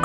เ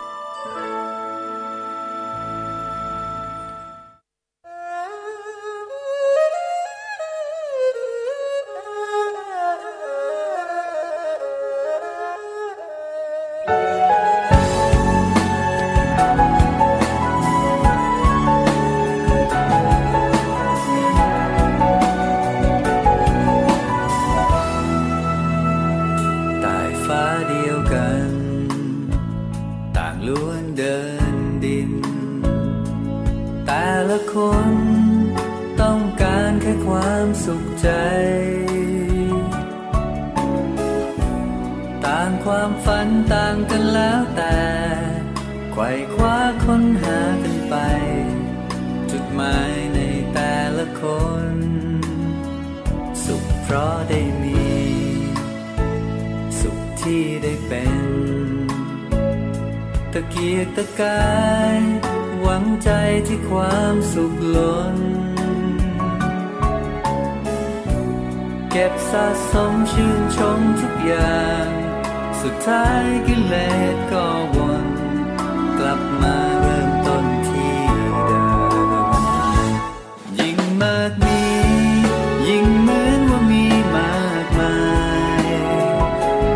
ใต้ฟ้าเดียวกัน ต่างล้วนเดินดิน แต่ละคนต้องการแค่ความสุขใจ ต่างความฝันต่างกันแล้วแต่ไขว่คว้าค้นหากันไป จุดหมายในแต่ละคน สุขเพราะได้มี สุขที่ได้เป็น ตะเกียกตะกาย หวังใจที่ความสุขล้น เก็บสะสมชื่นชมทุกอย่าง สุดท้ายกิเลสก็วน กลับมาเริ่มต้นที่เดิม ยิ่งมากมี ยิ่งเหมือนว่ามีมากมาย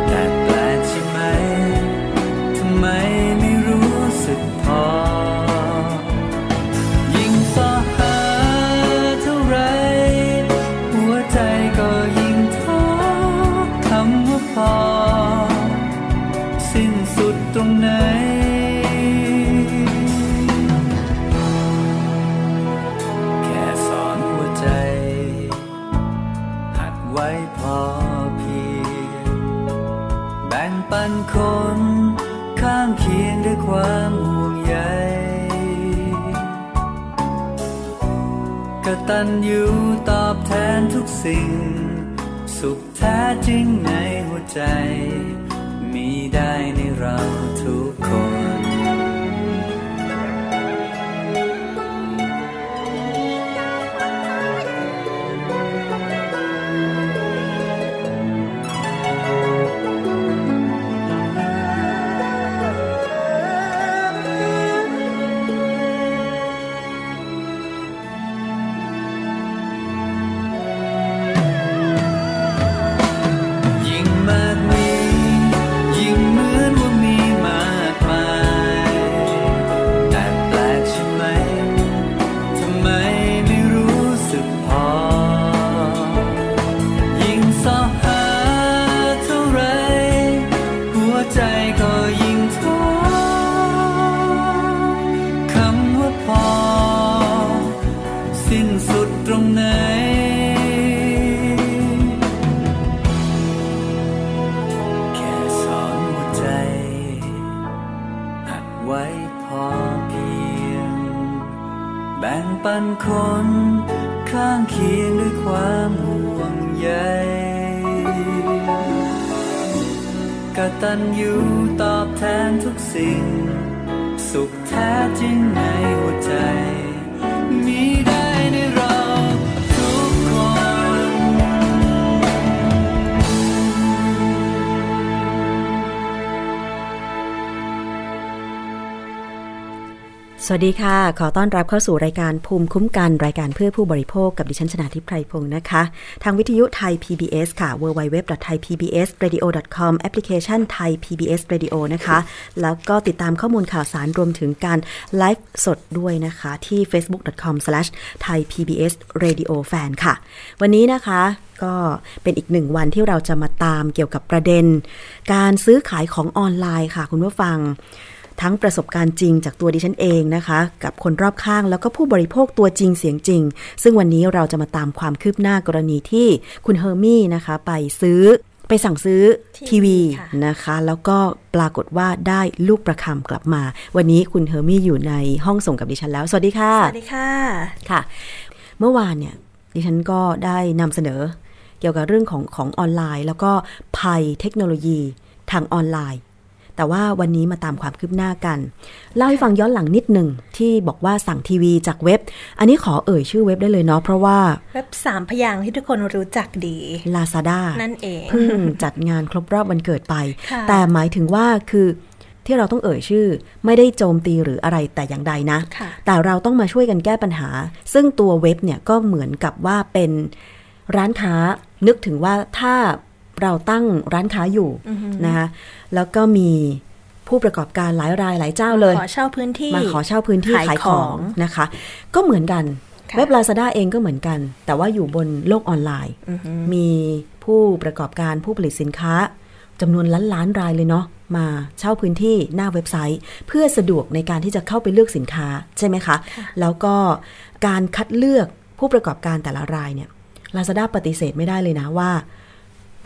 แต่แปลกใช่ไหม ทำไมไม่รู้สึกพอ ยิ่งสอหาเท่าไร หัวใจก็ยิ่งท้อคำว่าพอ สิ้นสุดตรงไหน แค่สอนหัวใจ หัดไว้พอเพียง แบ่งปันคน ข้างเคียงด้วยความห่วงใยกตัญญูตอบแทนทุกสิ่ง สุขแท้จริงในหัวใจ มีได้ในเราทุกคน ยิ่งมากมี ยิ่งเหมือนว่ามีมากมาย แต่แปลกใช่ไหม ทำไมไม่รู้สึกพอ ยิ่งเสอหาเท่าไร หัวใจก็ยิ่งท้อคำว่าพอ สิ้นสุดตรงไหน แค่สอนหัวใจ หัดไว้พอเพียง แบ่งปันคน ข้างเคียงด้วยความห่วงใยกตัญญูตอบแทนทุกสิ่ง สุขแท้จริงในหัวใจ มีได้ในเราทุกคน สวัสดีค่ะ ขอต้อนรับเข้าสู่รายการภูมิคุ้มกันรายการเพื่อผู้บริโภคกับดิฉันชนาทิพไพรพงศ์นะคะ ทางวิทยุไทย PBS ค่ะ www.thaipbsradio.com แอปพลิเคชัน Thai PBS Radio นะคะ แล้วก็ติดตามข้อมูลข่าวสารรวมถึงการไลฟ์สดด้วยนะคะที่ facebook.com/thaipbsradiofan ค่ะ วันนี้นะคะ ก็เป็นอีกหนึ่งวันที่เราจะมาตามเกี่ยวกับประเด็น การซื้อขายของออนไลน์ค่ะ คุณผู้ฟัง ทั้งประสบการณ์จริงจากตัวดิฉันเองนะคะ กับคนรอบข้างแล้วก็ผู้บริโภคตัวจริงเสียงจริง ซึ่งวันนี้เราจะมาตามความคืบหน้ากรณีที่คุณเฮอร์มี่นะคะ ไปซื้อไปสั่งซื้อทีวีนะคะ แล้วก็ปรากฏว่าได้ลูกประคำกลับมา วันนี้คุณเฮอร์มี่อยู่ในห้องส่งกับดิฉันแล้ว สวัสดีค่ะ สวัสดีค่ะ ค่ะเมื่อวานเนี่ยดิฉันก็ได้นำเสนอเกี่ยวกับเรื่องของของออนไลน์ แล้วก็ภัยเทคโนโลยีทางออนไลน์ แต่ว่าวันนี้มาตามความคืบหน้ากัน เล่าให้ฟังย้อนหลังนิดหนึ่งที่บอกว่าสั่งทีวีจากเว็บ อันนี้ขอเอ่ยชื่อเว็บได้เลยเนาะเพราะว่า เว็บสามพยางค์ที่ทุกคนรู้จักดี Lazada นั่นเอง เพิ่งจัดงานครบรอบวันเกิดไป ค่ะ แต่หมายถึงว่าคือที่เราต้องเอ่ยชื่อ ไม่ได้โจมตีหรืออะไรแต่อย่างใดนะ ค่ะ แต่เราต้องมาช่วยกันแก้ปัญหา ซึ่งตัวเว็บเนี่ยก็เหมือนกับว่าเป็นร้านค้า นึกถึงว่าถ้าเราตั้งร้านค้าอยู่ อือฮึ นะคะแล้วก็มีผู้ประกอบการหลายรายหลายเจ้าเลย ขอเช่าพื้นที่ มาขอเช่าพื้นที่ขา ขาย ย ข ข อ อง ง นะคะ ก็เหมือนกัน ค่ะ เว็บ Lazada เองก็เหมือนกัน แต่ว่าอยู่บนโลกออนไลน์ อือหือ มีผู้ประกอบการผู้ผลิตสินค้าจำนวนล้านล้านๆรายเลยเนาะมาเช่าพื้นที่หน้าเว็บไซต์ เพื่อสะดวกในการที่จะเข้าไปเลือกสินค้าใช่ไหมคะ แล้วก็การคัดเลือกผู้ประกอบการแต่ละรายเนี่ย Lazada ปฏิเสธไม่ได้เลยนะว่า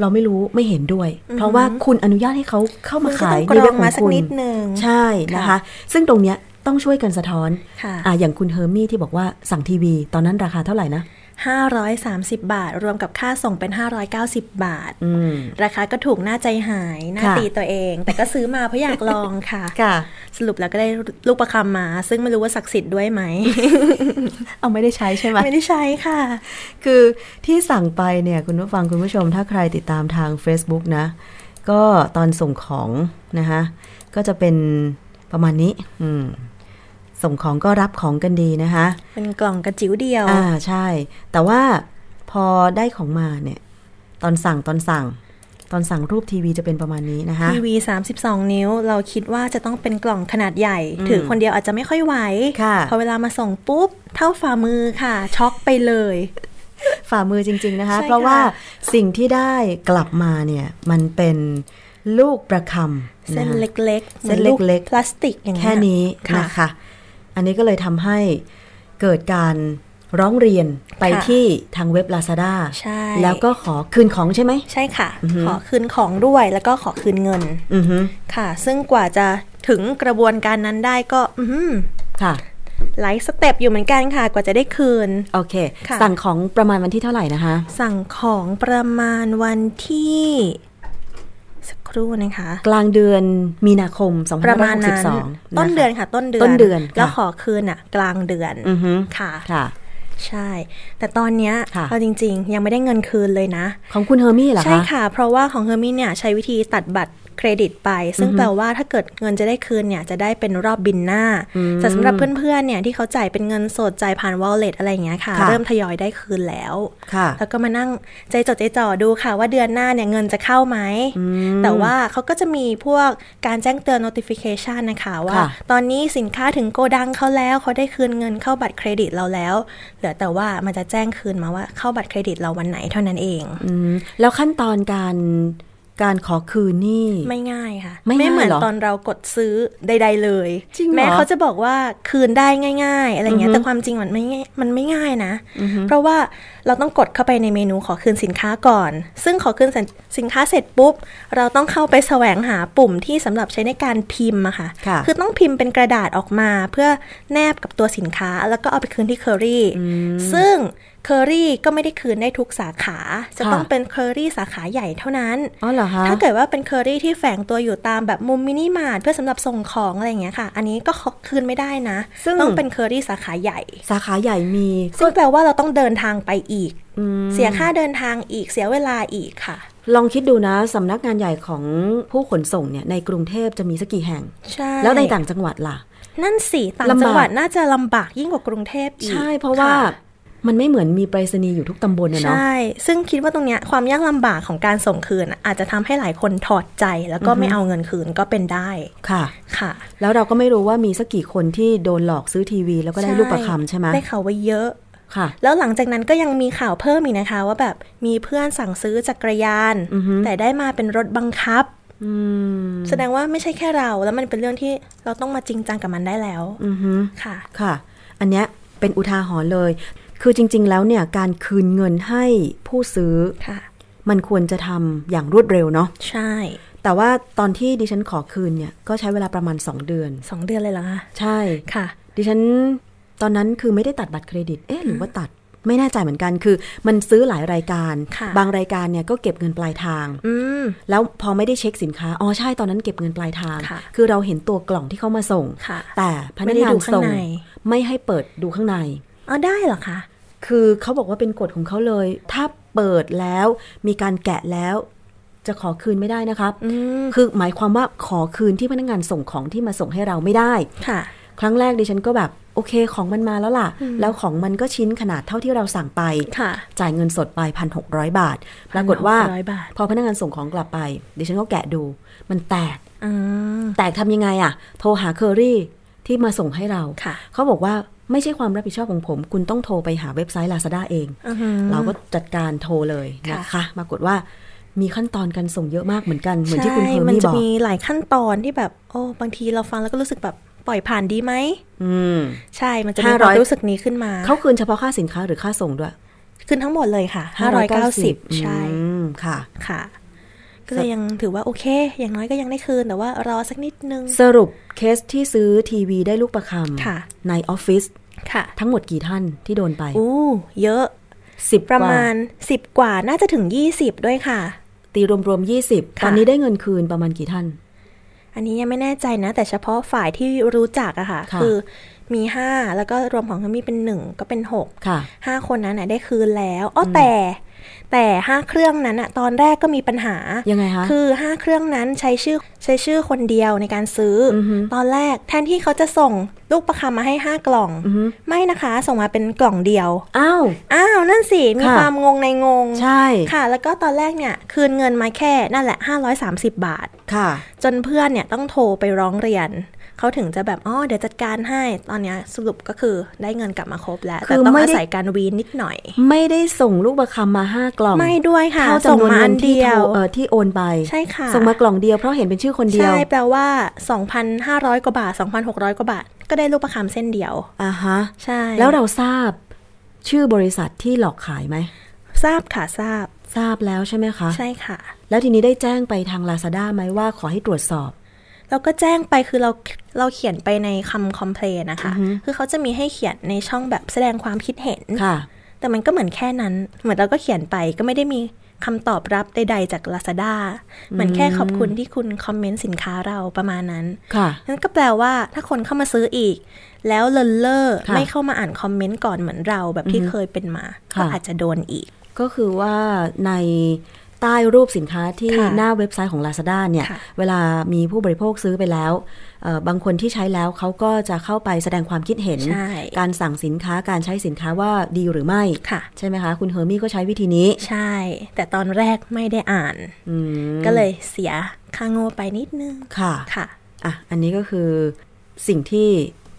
เราไม่รู้ไม่เห็นด้วย เพราะว่าคุณอนุญาตให้เขาเข้ามาขาย คุณ ใน ก็ต้องกรอง เว็บของ มาสัก คุณ นิดนึง ใช่นะคะ ค่ะ ซึ่งตรงเนี้ยต้องช่วยกันสะท้อน ค่ะ อ่ะอย่างคุณเฮอร์มี่ที่บอกว่าสั่งทีวี ตอนนั้นราคาเท่าไหร่นะ 530 บาท รวมกับค่าส่งเป็น 590 บาท อืม ราคาก็ถูกน่าใจหาย น่า ค่ะ ตีตัวเอง แต่ก็ซื้อมาเพราะอยากลองค่ะ ค่ะ สรุปแล้วก็ได้ลูกประคำมา ซึ่งไม่รู้ว่าศักดิ์สิทธิ์ด้วยไหม เอาไม่ได้ใช้ใช่ไหม ไม่ได้ใช้ค่ะ คือที่สั่งไปเนี่ยคุณผู้ฟังคุณผู้ชมถ้าใครติดตามทาง Facebook นะ ก็ตอนส่งของนะคะก็จะเป็นประมาณนี้อืมส่งของก็รับของกันดีนะคะ เป็นกล่องกระจิ๋วเดียว อ่าใช่ แต่ว่าพอได้ของมาเนี่ยตอนสั่งตอนสั่ง ตอนสั่งรูปทีวีจะเป็นประมาณนี้นะคะ ทีวี 32 นิ้ว เราคิดว่าจะต้องเป็นกล่องขนาดใหญ่ ถือคนเดียวอาจจะไม่ค่อยไหว ค่ะ พอเวลามาส่งปุ๊บ เท่าฝ่ามือค่ะ ช็อกไปเลย ฝ่ามือจริง ๆนะคะ ใช่ค่ะ เพราะว่าสิ่งที่ได้กลับมาเนี่ยมันเป็นลูกประคำ เส้น นะคะ เล็กๆ เส้นเล็กๆ หมือพลาสติกอย่างเงี้ย แค่นี้ ค่ะ นะคะ อันนี้ก็เลยทำให้เกิดการร้องเรียนไป ค่ะ ที่ทางเว็บ Lazada ใช่ แล้วก็ขอคืนของใช่ไหม ใช่ค่ะ ขอคืนของด้วยแล้วก็ขอคืนเงิน อือฮึ ค่ะ ซึ่งกว่าจะถึงกระบวนการนั้นได้ก็อื้อหือ ค่ะ หลายสเต็ปอยู่เหมือนกันค่ะ กว่าจะได้คืน โอเค ค่ะ สั่งของประมาณวันที่เท่าไหร่นะคะ สั่งของประมาณวันที่ สักครู่นะคะ กลางเดือนมีนาคม ประมาณนั้น 2562 ต้นเดือนค่ะ ต้นเดือน ต้นเดือน แล้ว ค่ะ ขอคืนอ่ะ กลางเดือน อือฮึ ค่ะ ค่ะ ใช่ แต่ตอนเนี้ย ค่ะ เอาจริง ๆ ยังไม่ได้เงินคืนเลยนะ ของคุณเฮอร์มี่เหรอคะ ใช่ค่ะ เพราะว่าของเฮอร์มี่เนี่ยใช้วิธีตัดบัตรเครดิตไป ซึ่งแปลว่าถ้าเกิดเงินจะได้คืนเนี่ยจะได้เป็นรอบบินหน้า แต่สำหรับเพื่อนๆเนี่ยที่เขาจ่ายเป็นเงินสดจ่ายผ่าน wallet อะไรอย่างเงี้ยค่ะ ค่ะ เริ่มทยอยได้คืนแล้ว ค่ะ แล้วก็มานั่งใจจดใจจ่อดูค่ะ ว่าเดือนหน้าเนี่ยเงินจะเข้าไหม แต่ว่าเขาก็จะมีพวกการแจ้งเตือน notification นะคะว่า ค่ะ ตอนนี้สินค้าถึงโกดังเขาแล้วเขาได้คืนเงินเข้าบัตรเครดิตเราแล้ว เหลือแต่ว่ามันจะแจ้งคืนมาว่าเข้าบัตรเครดิตเราวันไหนเท่านั้นเอง อืมแล้วขั้นตอนการการขอคืนนี่ ไม่ง่ายค่ะ ไม่ง่าย เหมือน เหรอ ตอนเรากดซื้อใด ๆ เลย จริงเหรอ แม้เขาจะบอกว่าคืนได้ง่าย ๆ อะไรเงี้ อือยฮึ แต่ความจริงมันไม่ง่ายมันไม่ง่ายนะ เพราะว่าเราต้องกดเข้าไปในเมนูขอคืนสินค้าก่อน ซึ่งขอคืนสินสินค้าเสร็จปุ๊บ เราต้องเข้าไปแสวงหาปุ่มที่สำหรับใช้ในการพิมพ์อะค่ะ ค่ะ อต้องพิมพ์เป็นกระดาษออกมาเพื่อแนบกับตัวสินค้าแล้วก็เอาไปคืนที่เคอรี่ซึ่งเคอรี่ก็ไม่ได้คืนได้ทุกสาขา จะต้องเป็นเคอรี่สาขาใหญ่เท่านั้น อ๋อเหรอคะ ถ้าเกิดว่าเป็นเคอรี่ที่แฝงตัวอยู่ตามแบบมุมมินิมาร์ทเพื่อสำหรับส่งของอะไรอย่างเงี้ยค่ะ อันนี้ก็ขอคืนไม่ได้นะ ซึ่ง ต้องเป็นเคอรี่สาขาใหญ่ สาขาใหญ่มี ซึ่งแปลว่าเราต้องเดินทางไปอีก เสียค่าเดินทางอีกเสียเวลาอีกค่ะ ลองคิดดูนะสำนักงานใหญ่ของผู้ขนส่งเนี่ยในกรุงเทพจะมีสักกี่แห่ง ใช่ แล้วในต่างจังหวัดล่ะ นั่นสิต่าง ลำบาก จังหวัดน่าจะลำบากยิ่งกว่ากรุงเทพอีก ใช่เพราะว่า ค่ มันไม่เหมือนมีไปรษณีย์อยู่ทุกตำบลนะเนาะ ใช่ ซึ่งคิดว่าตรงเนี้ยความยากลำบากของการส่งคืนอาจจะทำให้หลายคนถอดใจ แล้วก็ไม่เอาเงินคืนก็เป็นได้ ค่ะ ค่ะ แล้วเราก็ไม่รู้ว่ามีสักกี่คนที่โดนหลอกซื้อทีวี แล้วก็ได้ลูกประคำใช่ไหม ได้ข่าวว่าเยอะ ค่ะ แล้วหลังจากนั้นก็ยังมีข่าวเพิ่มอีกนะคะ ว่าแบบมีเพื่อนสั่งซื้อจักรยาน อือฮึ แต่ได้มาเป็นรถบังคับ อืม แสดงว่าไม่ใช่แค่เรา แล้วมันเป็นเรื่องที่เราต้องมาจริงจังกับมันได้แล้ว อือฮึ ค่ะ ค่ะ อันเนี้ยเป็นอุทาหรณ์เลย คือจริง ๆ แล้วเนี่ยการคืนเงินให้ผู้ซื้อ ค่ะ มันควรจะทำอย่างรวดเร็วเนาะ ใช่ แต่ว่าตอนที่ดิฉันขอคืนเนี่ยก็ใช้เวลาประมาณ 2 เดือน สองเดือนเลยเหรอคะ ใช่ ค่ะ ดิฉันตอนนั้นคือไม่ได้ตัดบัตรเครดิต เอ๊ะหรือว่าตัด ไม่แน่ใจเหมือนกันคือ มันซื้อหลายรายการ ค่ะ บางรายการเนี่ยก็เก็บเงินปลายทาง อืม แล้วพอไม่ได้เช็คสินค้า อ๋อใช่ตอนนั้นเก็บเงินปลายทาง ค่ะ อเราเห็นตัวกล่องที่เขามาส่ง ค่ะ แต่พนัก ไม่ได้ งาน ดูข้าง ส่ง ใน ไม่ให้เปิดดูข้างใน อ๋อได้เหรอคะ คือเขาบอกว่าเป็นกฎของเขาเลย ถ้าเปิดแล้วมีการแกะแล้ว จะขอคืนไม่ได้นะครับ อืม คือหมายความว่าขอคืนที่พนักงานส่งของที่มาส่งให้เราไม่ได้ ค่ะ ครั้งแรกดิฉันก็แบบโอเคของมันมาแล้วล่ะ แล้วของมันก็ชิ้นขนาดเท่าที่เราสั่งไป ค่ะ จ่ายเงินสดไป 1,600 บาท ปรากฏว่า 1,600บาท พอพนักงานส่งของกลับไปดิฉันก็แกะดู มันแตก อืม แตกทำยังไงอะโทรหาเคอรี่ที่มาส่งให้เรา ค่ะ เขาบอกว่าไม่ใช่ความรับผิดชอบของผม คุณต้องโทรไปหาเว็บไซต์ Lazada เอง อือหือ เราก็จัดการโทรเลยนะคะ ปรากฏว่ามีขั้นตอนการส่งเยอะมากเหมือนกัน เหมือนที่คุณเคอ ใช่มัน รี่ จะ บอก มีหลายขั้นตอนที่แบบโอ้บางทีเราฟังแล้วก็รู้สึกแบบปล่อยผ่านดีไหม อืม ใช่ มันจะมี ห้า ค ร้อวาย มรู้สึกนี้ขึ้นมา เขาคืนเฉพาะค่าสินค้าหรือค่าส่งด้วย ขึ้นทั้งหมดเลยค่ะ 590 ใช่ อืมค่ะ ค่ะ ก็เลยยังถือว่าโอเค อย่างน้อยก็ยังได้คืน แต่ว่ารอสักนิดนึง สรุปเคสที่ซื้อทีวีได้ลูกประค ค่ะ ำในออฟฟิศ ค่ะ ทั้งหมดกี่ท่านที่โดนไป อู้เยอะ สิบ ประ กว่ มาณ 10 กว่า น่าจะถึง 20 ด้วยค่ะ ตีรวมๆ20 ค่ะ ตอนนี้ได้เงินคืนประมาณกี่ท่าน อันนี้ยังไม่แน่ใจนะ แต่เฉพาะฝ่ายที่รู้จักอะค่ะ ค่ะ คือมี 5 แล้วก็รวมของเขามีเป็น 1 ก็เป็น 6 ค่ะ ห้าคนนั้นน่ะได้คืนแล้วอ๋อแต่ แต่ห้าเครื่องนั้นน่ะตอนแรกก็มีปัญหา ยั ยัง ไงคะ คือห้าเครื่องนั้นใช้ชื่อใช้ชื่อคนเดียวในการซื้ออตอนแรกแทนที่เขาจะส่งลูกประคำมาให้ห้ากล่อง อือฮึ ไม่นะคะ ส่งมาเป็นกล่องเดียว อ้าว อ้าวนั่นสิ มี ค่ะ ความงงในงง ใช่ ค่ะ แล้วก็ตอนแรกเนี่ยคืนเงินมาแค่นั่นแหละ 530 บาท ค่ะ จนเพื่อนเนี่ยต้องโทรไปร้องเรียน เขาถึงจะแบบอ๋อเดี๋ยวจัดการให้ตอนเนี้ยสรุปก็คือได้เงินกลับมาครบแล้ว คื แต่ อ ต้อง ไม่ อา ได้ ศัยการวีนนิดหน่อย ไม่ได้ส่งลูกประคำมาห้ากล่อง ไม่ด้วยค่ะ เท่า ส่ง จำนวน มา เงิ อั น น ที่ เดียว โทรเอ่อที่โอนไป ใช่ค่ะ ส่งมากล่องเดียวเพราะเห็นเป็นชื่อคนเดียว ใช่แปลว่า 2,500 กว่าบาท 2,600 กว่าบาท ก็ได้ลูกประคำเส้นเดียว อ่าฮะ ใช่ แล้วเราทราบชื่อบริษัทที่หลอกขายไหม ทราบค่ะทราบ ทราบแล้วใช่ไหมคะ ใช่ค่ะ แล้วทีนี้ได้แจ้งไปทาง Lazada ไหมว่าขอให้ตรวจสอบ แล้วก็แจ้งไปคือเราเราเขียนไปในคำคอมเพลนนะคะ คือเขาจะมีให้เขียนในช่องแบบแสดงความคิดเห็น ค่ะ แต่มันก็เหมือนแค่นั้น เหมือนเราก็เขียนไปก็ไม่ได้มีคำตอบรับใดๆจาก Lazada เหมือนแค่ขอบคุณที่คุณคอมเมนต์สินค้าเราประมาณนั้น ค่ะ นั่นก็แปลว่าถ้าคนเข้ามาซื้ออีก แล้วเลินเล่อ ค่ะ ไม่เข้ามาอ่านคอมเมนต์ก่อนเหมือนเราแบบที่เคยเป็นมา ค่ะ ก็อาจจะโดนอีก ก็คือว่าในใต้รูปสินค้าที่ ค่ะ หน้าเว็บไซต์ของ Lazada เนี่ย ค่ะ เวลามีผู้บริโภคซื้อไปแล้วเอ่อบางคนที่ใช้แล้วเขาก็จะเข้าไปแสดงความคิดเห็น ใช่ การสั่งสินค้าการใช้สินค้าว่าดีหรือไม่ ค่ะ ใช่ไหมคะ คุณเฮอร์มี่ก็ใช้วิธีนี้ ใช่ แต่ตอนแรกไม่ได้อ่าน อืม ก็เลยเสียค่าโง่ไปนิดนึง ค่ะ ค่ะ อ่ะ อันนี้ก็คือสิ่งที่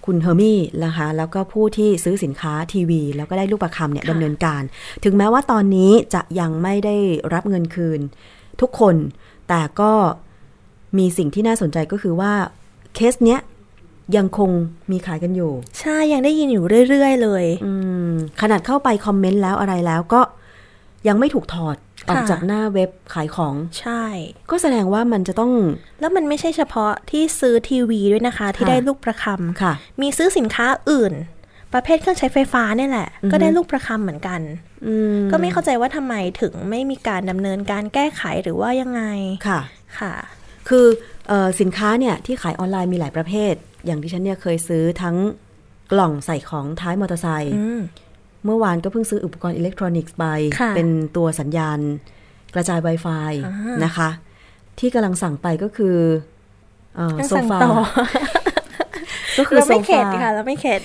คุณเฮอร์มี่นะคะแล้วก็ผู้ที่ซื้อสินค้าทีวี แล้วก็ได้ลูกประคำเนี่ย ค่ะ ดำเนินการ ถึงแม้ว่าตอนนี้จะยังไม่ได้รับเงินคืน ทุกคนแต่ก็มีสิ่งที่น่าสนใจก็คือว่าเคสเนี้ยยังคงมีขายกันอยู่ ใช่ยังได้ยินอยู่เรื่อยๆเลย อืมขนาดเข้าไปคอมเมนต์แล้วอะไรแล้วก็ยังไม่ถูกถอดออก ค่ะ จากหน้าเว็บขายของ ใช่ ก็แสดงว่ามันจะต้อง แล้วมันไม่ใช่เฉพาะที่ซื้อทีวีด้วยนะคะ ที่ ค่ะ ได้ลูกประคำ ค่ะ มีซื้อสินค้าอื่น ประเภทเครื่องใช้ไฟฟ้าเนี่ยแหละ ก็ได้ลูกประคำเหมือนกัน อืม ก็ไม่เข้าใจว่าทำไมถึงไม่มีการดำเนินการแก้ไขหรือว่ายังไง ค่ะ ค่ะ คือเออสินค้าเนี่ยที่ขายออนไลน์มีหลายประเภท อย่างที่ฉันเนี่ยเคยซื้อทั้งกล่องใส่ของท้ายมอเตอร์ไซค์ อืม เมื่อวานก็เพิ่งซื้ออุปกรณ์อิเล็กทรอนิกส์ไป ค่ะ เป็นตัวสัญญาณกระจาย Wi-Fi นะคะ ที่กำลังสั่งไปก็คือเอ่อ ยัง โซ สั่ง ฟา ต่อ ก็คือ เรา โซ ไม่เข็ด ฟา ค่ะ เราไม่เข็ด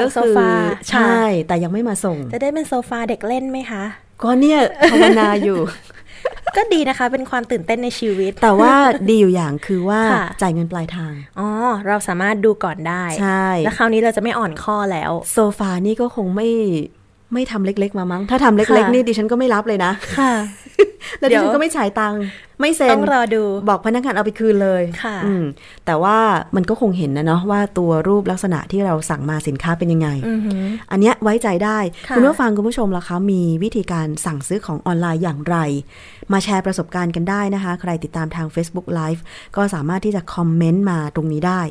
ก็ ทำโซ คือ ฟา ใช่แต่ยังไม่มาส่ง ค่ะ จะได้เป็นโซฟาเด็กเล่นไหมคะ ก็เนี่ยภาวนาอยู่ ก็ดีนะคะ เป็นความตื่นเต้นในชีวิต แต่ว่าดีอยู่อย่างคือว่า ค่ะ จ่ายเงินปลายทาง อ๋อ เราสามารถดูก่อนได้ ใช่ แล้วคราวนี้เราจะไม่อ่อนข้อแล้ว โซฟานี่ก็คงไม่ไม่ทำเล็ก ๆ มามั้ง ถ้าทำเล็ก ค่ะ ๆ นี่ดิฉันก็ไม่รับเลยนะ ค่ะ แล้ว เดี๋ ดิ ยว ฉันก็ไม่จ่ายตังค์ไม่เซ็น ต้องรอดู บอกพนักงานเอาไปคืนเลย ค่ะ อืมแต่ว่ามันก็คงเห็นนะเนาะว่าตัวรูปลักษณะที่เราสั่งมาสินค้าเป็นยังไง อือหือ อันเนี้ยไว้ใจได้ ค่ะ คุณผู้ฟังคุณผู้ชมล่ะคะ มีวิธีการสั่งซื้อของออนไลน์อย่างไร มาแชร์ประสบการณ์กันได้นะคะ ใครติดตามทาง Facebook Live ก็สามารถที่จะคอมเมนต์มาตรงนี้ได้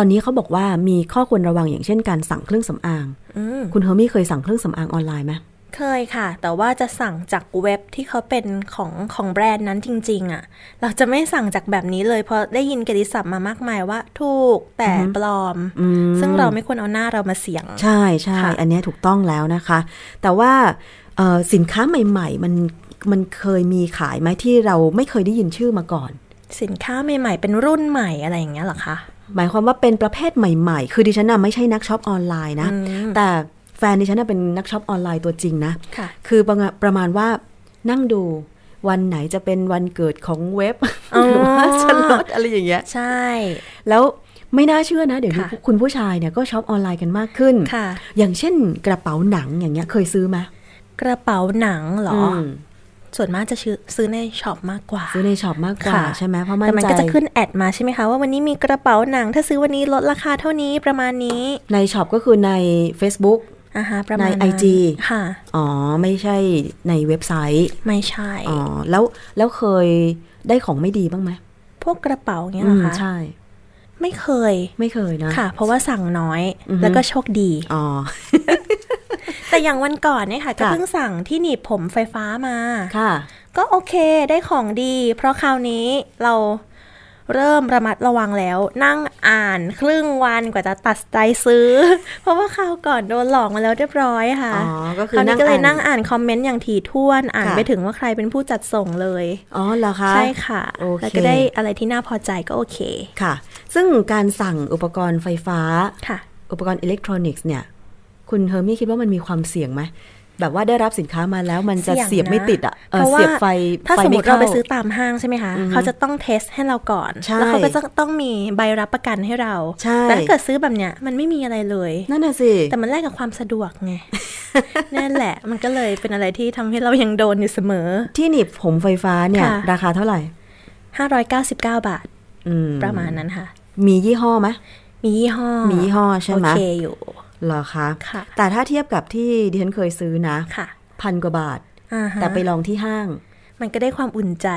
ตอนนี้เขาบอกว่ามีข้อควรระวังอย่างเช่นการสั่งเครื่องสำอาง อืม คุณเฮอร์มี่เคยสั่งเครื่องสำอางออนไลน์ไหม เคยค่ะ แต่ว่าจะสั่งจากเว็บที่เขาเป็นของของแบรนด์นั้นจริง ๆอะ่ะ เราจะไม่สั่งจากแบบนี้เลยเพราะได้ยินเกยรติศัพท์มามากมายว่าถูกแต่ปลอม ซึ่งเราไม่ควรเอาหน้าเรามาเสี่ยง ใช่ใช่ ค่ะ อันเนี้ยถูกต้องแล้วนะคะ แต่ว่าเอ่อสินค้าใหม่ ๆ มันมันเคยมีขายไหมที่เราไม่เคยได้ยินชื่อมาก่อน สินค้าใหม่ๆ เป็นรุ่นใหม่อะไรอย่างเงี้ยเหรอคะ หมายความว่าเป็นประเภทใหม่ๆ คือดิฉันน่ะไม่ใช่นักช็อปออนไลน์นะ อืม แต่แฟนดิฉันน่ะเป็นนักช็อปออนไลน์ตัวจริงนะ ค่ะ คือประมาณประมาณว่านั่งดูวันไหนจะเป็นวันเกิดของเว็บ หรือว่าฉลดอะไรอย่างเงี้ย ใช่ แล้วไม่น่าเชื่อนะ เดี๋ยวนี้ ค่ะ คุณผู้ชายเนี่ยก็ช็อปออนไลน์กันมากขึ้น ค่ะ อย่างเช่นกระเป๋าหนังอย่างเงี้ยเคยซื้อไหม กระเป๋าหนังเหรออ ม ส่วนมากจะซื้อซื้อในช็อปมากกว่า ซื้อในช็อปมากกว่า ค่ะ ใช่ไหมเพราะมั่น แต่มัน ใจ ก็จะขึ้นแอดมาใช่ไหมคะว่าวันนี้มีกระเป๋าหนัง ถ้าซื้อวันนี้ลดราคาเท่านี้ประมาณนี้ ในช็อปก็คือใน Facebook อ่าฮะประมาณ ใน นั้น IG ค่ะ อ๋อไม่ใช่ในเว็บไซต์ ไม่ใช่ อ๋อแล้วแล้วเคยได้ของไม่ดีบ้างไหม พวกกระเป๋าเงี้ยเหรอ ม คะ ใช่ ไม่เคย ไม่เคยนะ ค่ะ เพราะว่าสั่งน้อย อือฮึ แล้วก็โชคดี อ๋อ แต่อย่างวันก่อนเนี่ยค่ะ ก็ ค่ะ เพิ่งสั่งที่หนีบผมไฟฟ้ามา ค่ะ ก็โอเคได้ของดี เพราะคราวนี้เราเริ่มระมัดระวังแล้ว นั่งอ่านครึ่งวันกว่าจะตัดใจซื้อ เพราะว่าคราวก่อนโดนหลอกมาแล้วเรียบร้อยค่ะ อ๋อก็คือ ราวนี้ก็เลยนั่ง นั่ง อ่านคอมเมนต์อย่างถี่ถ้วนอ่าน ค่ะ ไปถึงว่าใครเป็นผู้จัดส่งเลย อ๋อเหรอคะ ใช่ค่ะ โอเค แล้วก็ได้อะไรที่น่าพอใจก็โอเค ค่ะ ซึ่งการสั่งอุปกรณ์ไฟฟ้า ค่ะ อุปกรณ์อิเล็กทรอนิกส์เนี่ย คุณเฮอร์มี่คิดว่ามันมีความเสี่ยงไหมแบบว่าได้รับสินค้ามาแล้วมันจะเสียบไม่ติดอ่ะเออ เพราะว่า เสียบไฟ ถ้า ฟ สมมติ ข้ เราไปซื้อตามห้างใช่ไหมคะ เขาจะต้องเทสให้เราก่อน ใช่ แล้วเขาก็จะต้องมีใบรับประกันให้เรา ใช่ แต่ถ้าเกิดซื้อแบบเนี้ยมันไม่มีอะไรเลย นั่นน่ะสิ แต่มันแลกกับความสะดวก ไง นั่นแหละ มันก็เลยเป็นอะไรที่ทำให้เรายังโดนอยู่เสมอ ที่หนีบผมไฟฟ้าเนี่ย ค่ะ ราคาเท่าไหร่ 599 บาท อืม ประมาณนั้นค่ะ มียี่ห้อไหม มียี่ห้อ มียี่ห้อใช่ไหม โอเคอยู่ เหรอคะ ค่ะ แต่ถ้าเทียบกับที่ดิฉันเคยซื้อนะ ค่ะ พันกว่าบาท อ่าฮะ แต่ไปลองที่ห้าง มันก็ได้ความอุ่นใจ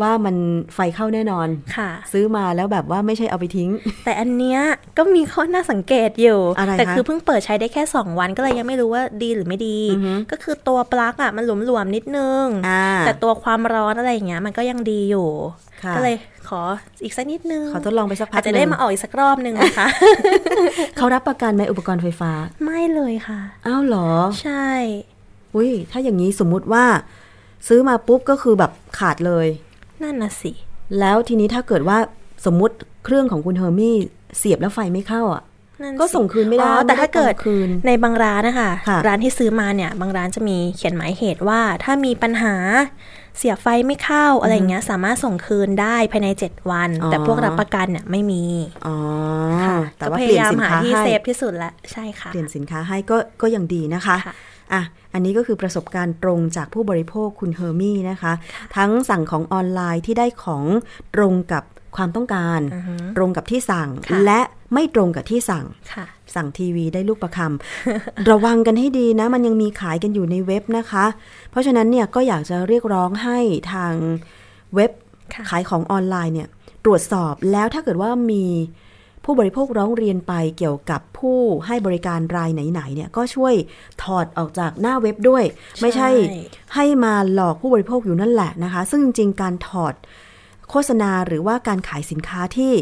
ว่ามันไฟเข้าแน่นอน ค่ะ ซื้อมาแล้วแบบว่าไม่ใช่เอาไปทิ้ง แต่อันเนี้ยก็มีข้อน่าสังเกตอยู่ อะไร แต่ คะ คือเพิ่งเปิดใช้ได้แค่ 2 วันก็เลยยังไม่รู้ว่าดีหรือไม่ดี อือฮึ ก็คือตัวปลั๊กอ่ะมันหลวมๆนิดนึง อ่า แต่ตัวความร้อนอะไรอย่างเงี้ยมันก็ยังดีอยู่ ค่ะ ก็เลยขออีกสักนิดนึง ขอทดลองไปสักพั อาจ ก จะ ห ได้ นึ่ง มาออกอีกสักรอบนึงนะคะ เขารับประกันไหมอุปกรณ์ไฟฟ้า ไม่เลยค่ะ อ้าวเหรอ ใช่ อุ้ยถ้าอย่างนี้สมมุติว่า ซื้อมาปุ๊บก็คือแบบขาดเลย นั่นน่ะสิ แล้วทีนี้ถ้าเกิดว่าสมมุติเครื่องของคุณเฮอร์มี่เสียบแล้วไฟไม่เข้าอ่ะ นั่น ก็ส่งคืนไม่ได้ อ๋อแต่ ไม่ได้ ถ้าเกิด ส่งคืน ในบางร้านนะคะ ค่ะ ร้านที่ซื้อมาเนี่ย บางร้านจะมีเขียนหมายเหตุว่า ถ้ามีปัญหาเสียไฟไม่เข้าอะไรอย่างเงี้ย สามารถส่งคืนได้ภายใน 7 วัน แต่พวกรับประกันเนี่ยไม่มี อ๋อ ค่ะ แต่ ก็ ว่า พ เป ยา ลี่ยน ยาม สิน หา ค้า ที่ ให้ เซฟที่สุดละใช่ค่ะ เปลี่ยนสินค้าให้ก็ก็ยังดีนะคะ ค่ะ อ่ะ อันนี้ก็คือประสบการณ์ตรงจากผู้บริโภคคุณเฮอร์มี่นะคะ ทั้งสั่งของออนไลน์ที่ได้ของตรงกับความต้องการ ตรงกับที่สั่ง ค่ะ และไม่ตรงกับที่สั่ง ค่ะ สั่งทีวีได้ลูกประคำ ระวังกันให้ดีนะ มันยังมีขายกันอยู่ในเว็บนะคะ เพราะฉะนั้นเนี่ยก็อยากจะเรียกร้องให้ทางเว็บ ค่ะ ขายของออนไลน์เนี่ยตรวจสอบแล้วถ้าเกิดว่ามีผู้บริโภคร้องเรียนไปเกี่ยวกับผู้ให้บริการรายไหนๆเนี่ยก็ช่วยถอดออกจากหน้าเว็บด้วย ไม่ใช่ให้มาหลอกผู้บริโภคอยู่นั่นแหละนะคะ ซึ่งจริงๆการถอด โฆษณาหรือว่าการขายสินค้าที่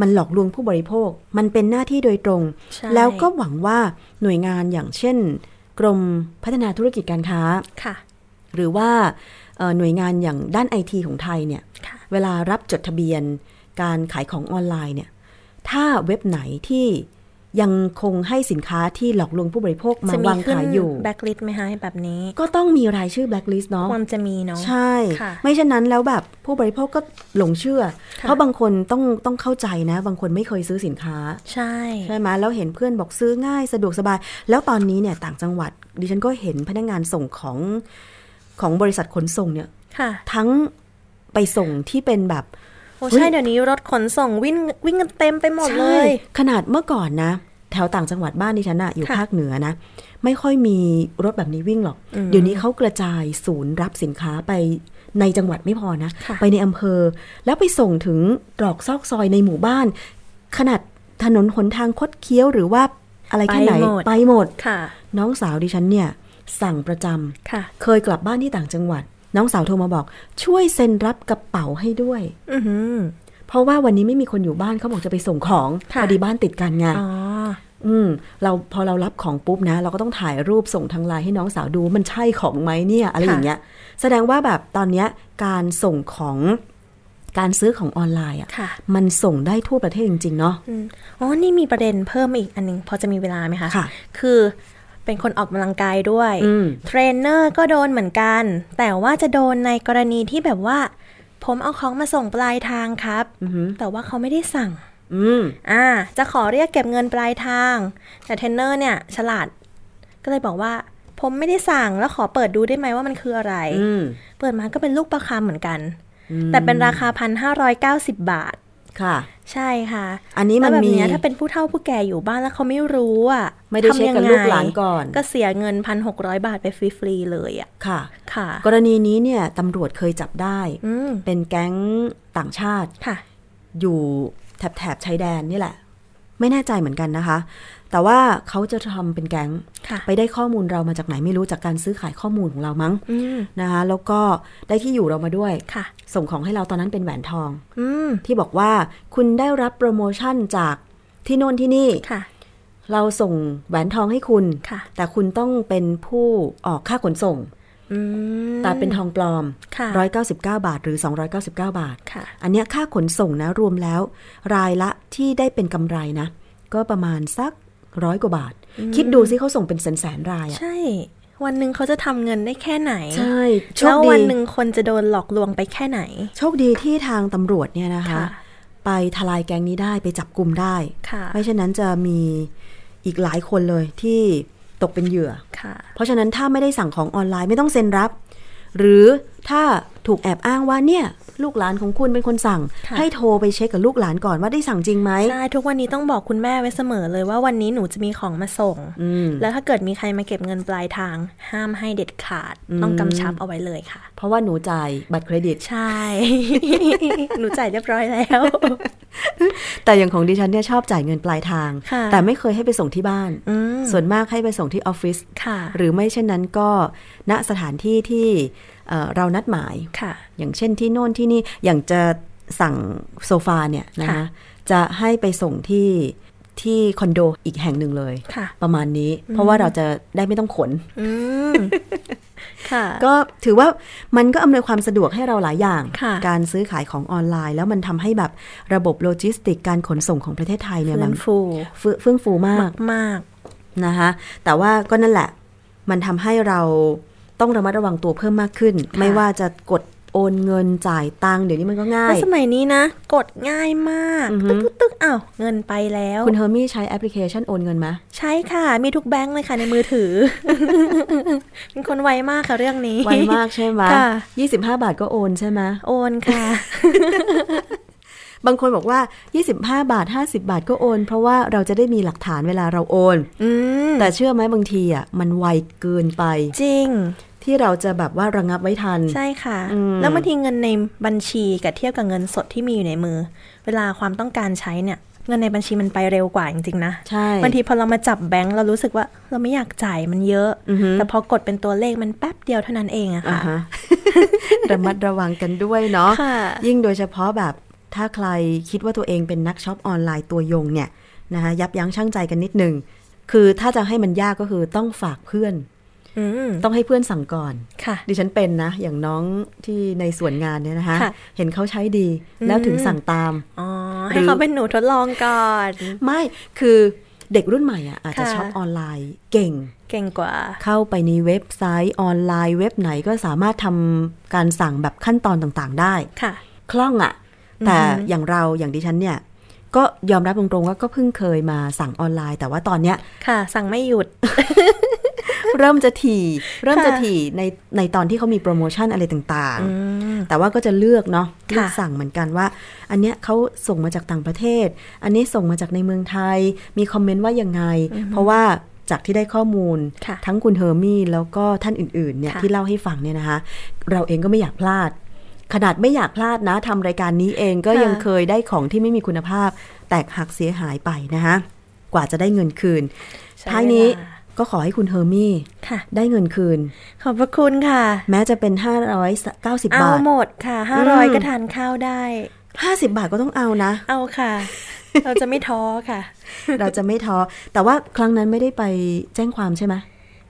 มันหลอกลวงผู้บริโภค มันเป็นหน้าที่โดยตรง ใช่ แล้วก็หวังว่าหน่วยงานอย่างเช่น กรมพัฒนาธุรกิจการค้า ค่ะ หรือว่าเอ่อหน่วยงานอย่างด้านไอทีของไทยเนี่ย ค่ะ เวลารับจดทะเบียนการขายของออนไลน์เนี่ย ถ้าเว็บไหนที่ยังคงให้สินค้าที่หลอกลวงผู้บริโภคมา จะมี วาง ขึ้น ขายอยู่ แบ็คลิสไหมคะแบบนี้ ก็ต้องมีรายชื่อแบล็คลิสต์เนาะ ความจะมีเนาะ ใช่ ค่ะ ไม่เช่นนั้นแล้วแบบผู้บริโภคก็หลงเชื่อ ค่ะ เพราะบางคนต้องต้องเข้าใจนะ บางคนไม่เคยซื้อสินค้า ใช่ ใช่ไหมแล้วเห็นเพื่อนบอกซื้อง่ายสะดวกสบาย แล้วตอนนี้เนี่ยต่างจังหวัด ดิฉันก็เห็นพนักงานส่งของของบริษัทขนส่งเนี่ย ค่ะ ทั้งไปส่งที่เป็นแบบ โอ้ เฮ้ ใช่ ย เดี๋ยวนี้รถขนส่งวิ่งวิ่งกันเต็มไปหมดเลใช่ยขนาดเมื่อก่อนนะ แถวต่างจังหวัดบ้านดิฉันอะอยู่ ค่ะ ภาคเหนือนะ ไม่ค่อยมีรถแบบนี้วิ่งหรอก อืม เดี๋ยวนี้เขากระจายศูนย์รับสินค้าไปในจังหวัดไม่พอนะ ค่ะ ไปในอำเภอ แล้วไปส่งถึงตรอกซอกซอยในหมู่บ้าน ขนาด ถนนหนทางคดเคี้ยวหรือว่าอะไรที่ไหน ไปหมด ไปหมด ค่ะ น้องสาวดิฉันเนี่ย สั่งประจำ ค่ะ เคยกลับบ้านที่ต่างจังหวัด น้องสาวโทรมาบอก ช่วยเซ็นรับกระเป๋าให้ด้วย อือหือ เพราะว่าวันนี้ไม่มีคนอยู่บ้านเขาบอกจะไปส่งของ ค่ะ พอดีบ้านติดกันไง อ๋อ อืมเราพอเรารับของปุ๊บนะ เราก็ต้องถ่ายรูปส่งทางไลน์ให้น้องสาวดูมันใช่ของไหมเนี่ย อะไร ค่ะ อย่างเงี้ย แสดงว่าแบบตอนเนี้ยการส่งของการซื้อของออนไลน์อ่ะ ค่ะ มันส่งได้ทั่วประเทศจริง ๆ เนาะ อืมอ๋อ นี่มีประเด็นเพิ่มมาอีกอันหนึง พอจะมีเวลาไหมคะ ค่ะ คือเป็นคนออกกำลังกายด้วย อืม เทรนเนอร์ก็โดนเหมือนกัน แต่ว่าจะโดนในกรณีที่แบบว่า ผมเอาของมาส่งปลายทางครับ แต่ว่าเขาไม่ได้สั่ง อืม อ่า จะขอเรียกเก็บเงินปลายทาง แต่เทรนเนอร์เนี่ย ฉลาด ก็เลยบอกว่า ผมไม่ได้สั่งแล้วขอเปิดดูได้ไหมว่ามันคืออะไร อืม เปิดมาก็เป็นลูกประคำเหมือนกัน แต่เป็นราคาพันห้าร้อยเก้าสิบบาท ค่ะ ใช่ค่ะ อันนี้มัน แล้วแบบ มี เนี้ยถ้าเป็นผู้เฒ่าผู้แก่อยู่บ้านแล้วเขาไม่รู้อ่ะ ไม่ได้เช็คกับ ทำยังไง ลูกหลานก่อน ก็เสียเงินพันหกร้อยบาทไปฟรีๆเลยอ่ะ ค่ะ ค่ะ กรณีนี้เนี่ยตำรวจเคยจับได้ อืม เป็นแก๊งต่างชาติ ค่ะ อยู่แถบแถบชายแดนนี่แหละ ไม่แน่ใจเหมือนกันนะคะ แต่ว่าเขาจะทำเป็นแก๊ง ค่ะ ไปได้ข้อมูลเรามาจากไหนไม่รู้จากการซื้อขายข้อมูลของเรามั้ง อืม นะคะแล้วก็ได้ที่อยู่เรามาด้วย ค่ะ ส่งของให้เราตอนนั้นเป็นแหวนทอง อืม ที่บอกว่าคุณได้รับโปรโมชั่นจากที่โน่นที่นี่ ค่ะ เราส่งแหวนทองให้คุณ ค่ะ แต่คุณต้องเป็นผู้ออกค่าขนส่ง อืม แต่เป็นทองปลอม ค่ะ 199 บาทหรือ 299 บาท ค่ะ อันเนี้ยค่าขนส่งนะรวมแล้ว รายละที่ได้เป็นกำไรนะ ก็ประมาณสักร้อยกว่าบาท คิดดูซิเขาส่งเป็นแสนแสนๆรายอะ ใช่ วันหนึ่งเขาจะทำเงินได้แค่ไหน ใช่โช แล้ คว ดี วันหนึ่งคนจะโดนหลอกลวงไปแค่ไหน โชคดีที่ทางตำรวจเนี่ยนะคะ ค่ะ ไปทลายแก๊งนี้ได้ไปจับกลุ่มได้ ค่ะ ไม่ฉะนั้นจะมีอีกหลายคนเลยที่ตกเป็นเหยื่อ ค่ะ เพราะฉะนั้นถ้าไม่ได้สั่งของออนไลน์ไม่ต้องเซ็นรับ หรือถ้าถูกแอบอ้างว่าเนี่ย ลูกหลานของคุณเป็นคนสั่ง ค่ะ ให้โทรไปเช็คกับลูกหลานก่อนว่าได้สั่งจริงไหม ใช่ ทุกวันนี้ต้องบอกคุณแม่ไว้เสมอเลยว่าวันนี้หนูจะมีของมาส่ง อืม แล้วถ้าเกิดมีใครมาเก็บเงินปลายทาง ห้ามให้เด็ดขาด ต้องกำชับเอาไว้เลยค่ะ เพราะว่าหนูจ่ายบัตรเครดิต ใช่ หนูจ่ายเรียบร้อยแล้ว แต่อย่างของดิฉันเนี่ยชอบจ่ายเงินปลายทาง ค่ะ แต่ไม่เคยให้ไปส่งที่บ้าน อืม ส่วนมากให้ไปส่งที่ออฟฟิศ ค่ะ หรือไม่เช่นนั้นก็ณสถานที่ที่เอ่อเรานัดหมาย ค่ะ อย่างเช่นที่โน่นที่นี่ อย่างจะสั่งโซฟาเนี่ยนะคะ ค่ะ จะให้ไปส่งที่ที่คอนโดอีกแห่งหนึ่งเลย ค่ะ ประมาณนี้ เพราะว่าเราจะได้ไม่ต้องขน อืม ค่ะ ก็ถือว่ามันก็อำนวยความสะดวกให้เราหลายอย่าง ค่ะ การซื้อขายของออนไลน์ แล้วมันทำให้แบบระบบโลจิสติกการขนส่งของประเทศไทยเนี่ย เฟื่ แบ อบ งฟู เฟื่องเฟื่องฟูมาก มาก นะคะแต่ว่าก็นั่นแหละ มันทำให้เราต้องระมัดระวังตัวเพิ่มมากขึ้น ไม่ว่าจะกดโอนเงินจ่ายตังค์เดี๋ยวนี้มันก็ง่า แล้ว ย สมัยนี้นะ กดง่ายมาก อือฮึ ตึ๊กตึ๊กตึ๊กอ้าว เงินไปแล้ว คุณเฮอร์มี่ใช้แอปพลิเคชันโอนเงิ นไหม ใช่ค่ะ มีทุกแบงค์เลยค่ะในมือถือ เป็นคนไวมากค่ะเรื่องนี้ ไวมากใช่ไหม ค่ะ ยี่สิบห้าบาทก็โอนใช่ไหม โอนค่ะ บางคนบอกว่า 25 บาท 50 บาทก็โอน เพราะว่าเราจะได้มีหลักฐานเวลาเราโอน อืม แต่เชื่อไหมบางทีอ่ะมันไวเกินไป จริง ที่เราจะแบบว่าระงับไว้ทัน ใช่ค่ะ อืม แล้วบางทีเงินในบัญชีกับเทียบกับเงินสดที่มีอยู่ในมือ เวลาความต้องการใช้เนี่ย เงินในบัญชีมันไปเร็วกว่าจริงๆนะ ใช่ บางทีพอเรามาจับแบงค์เรารู้สึกว่าเราไม่อยากจ่ายมันเยอะ อือฮึ แต่พอกดเป็นตัวเลขมันแป๊บเดียวเท่านั้นเองอะ อ่า ค่ะ ฮะ ระมัดระวังกันด้วยเนาะ ค่ะ ยิ่งโดยเฉพาะแบบถ้าใครคิดว่าตัวเองเป็นนักช็อปออนไลน์ตัวยงเนี่ยนะคะยับยั้งชั่งใจกันนิดนึงคือถ้าจะให้มันยากก็คือต้องฝากเพื่อน อืม ต้องให้เพื่อนสั่งก่อน ค่ะ ดิฉันเป็นนะ อย่างน้องที่ในส่วนงานเนี่ยนะคะ ค่ะ เห็นเขาใช้ดี แล้วถึงสั่งตาม อ๋อ หรือ ให้เขาเป็นหนูทดลองก่อน ไม่คือเด็กรุ่นใหม่อะอาจจะ ค่ะ ช็อปออนไลน์เก่ง เก่งกว่า เข้าไปในเว็บไซต์ออนไลน์เว็บไหนก็สามารถทำการสั่งแบบขั้นตอนต่างๆ ได้ ค่ะ คล่องอะแต่อย่างเราอย่างดิฉันเนี่ย ก็ยอมรับตรงๆว่าก็เพิ่งเคยมาสั่งออนไลน์ แต่ว่าตอนเนี้ย ค่ะ สั่งไม่หยุด เริ่มจะถี่ เริ่มจะ ค่ะ ถี่ในในตอนที่เขามีโปรโมชั่นอะไรต่าง อื ๆ ม แต่ว่าก็จะเลือกเนาะ ค่ะ เลือกสั่งเหมือนกันว่า อันเนี้ยเขาส่งมาจากต่างประเทศ อันนี้ส่งมาจากในเมืองไทย มีคอมเมนต์ว่ายังไง เพราะว่าจากที่ได้ข้อมูล ค่ะ ทั้งคุณเฮอร์มี่แล้วก็ท่านอื่นๆเนี่ย ค่ะ ที่เล่าให้ฟังเนี่ยนะคะ เราเองก็ไม่อยากพลาด ขนาดไม่อยากพลาดนะทำรายการนี้เองก็ยังเคยได้ของที่ไม่มีคุณภาพ แตกหักเสียหายไปนะคะกว่าจะได้เงินคืน ใช้ ท้ายนี้ เวล ก็ขอให้คุณเฮอร์มี่ ค่ะ ได้เงินคืน ขอบพระคุณค่ะ แม้จะเป็น 590 เอา บาท หมดค่ะ อืม 500 ก็ทานข้าวได้ 50 บาทก็ต้องเอานะ เอาค่ะ เราจะไม่ท้อค่ะ เราจะไม่ท้อ แต่ว่าครั้งนั้นไม่ได้ไปแจ้งความใช่ไหม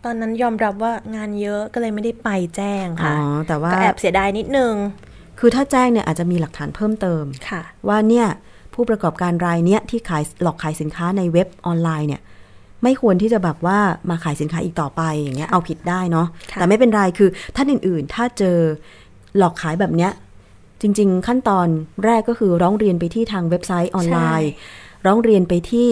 ตอนนั้นยอมรับว่างานเยอะก็เลยไม่ได้ไปแจ้งค่ะ อ๋อแต่ว่า ก็แอบเสียดายนิดนึง คือถ้าแจ้งเนี่ยอาจจะมีหลักฐานเพิ่มเติม ค่ะ ว่าเนี่ย ผู้ประกอบการรายเนี้ยที่ขายหลอกขายสินค้าในเว็บออนไลน์เนี่ย ไม่ควรที่จะแบบว่ามาขายสินค้าอีกต่อไปอย่างเงี้ยเอาผิดได้เนาะ ค่ะ แต่ไม่เป็นไรคือท่านอื่นๆ ถ้าเจอหลอกขายแบบเนี้ย จริง ๆ ขั้นตอนแรกก็คือร้องเรียนไปที่ทางเว็บไซต์ออนไลน์ ร้องเรียนไปที่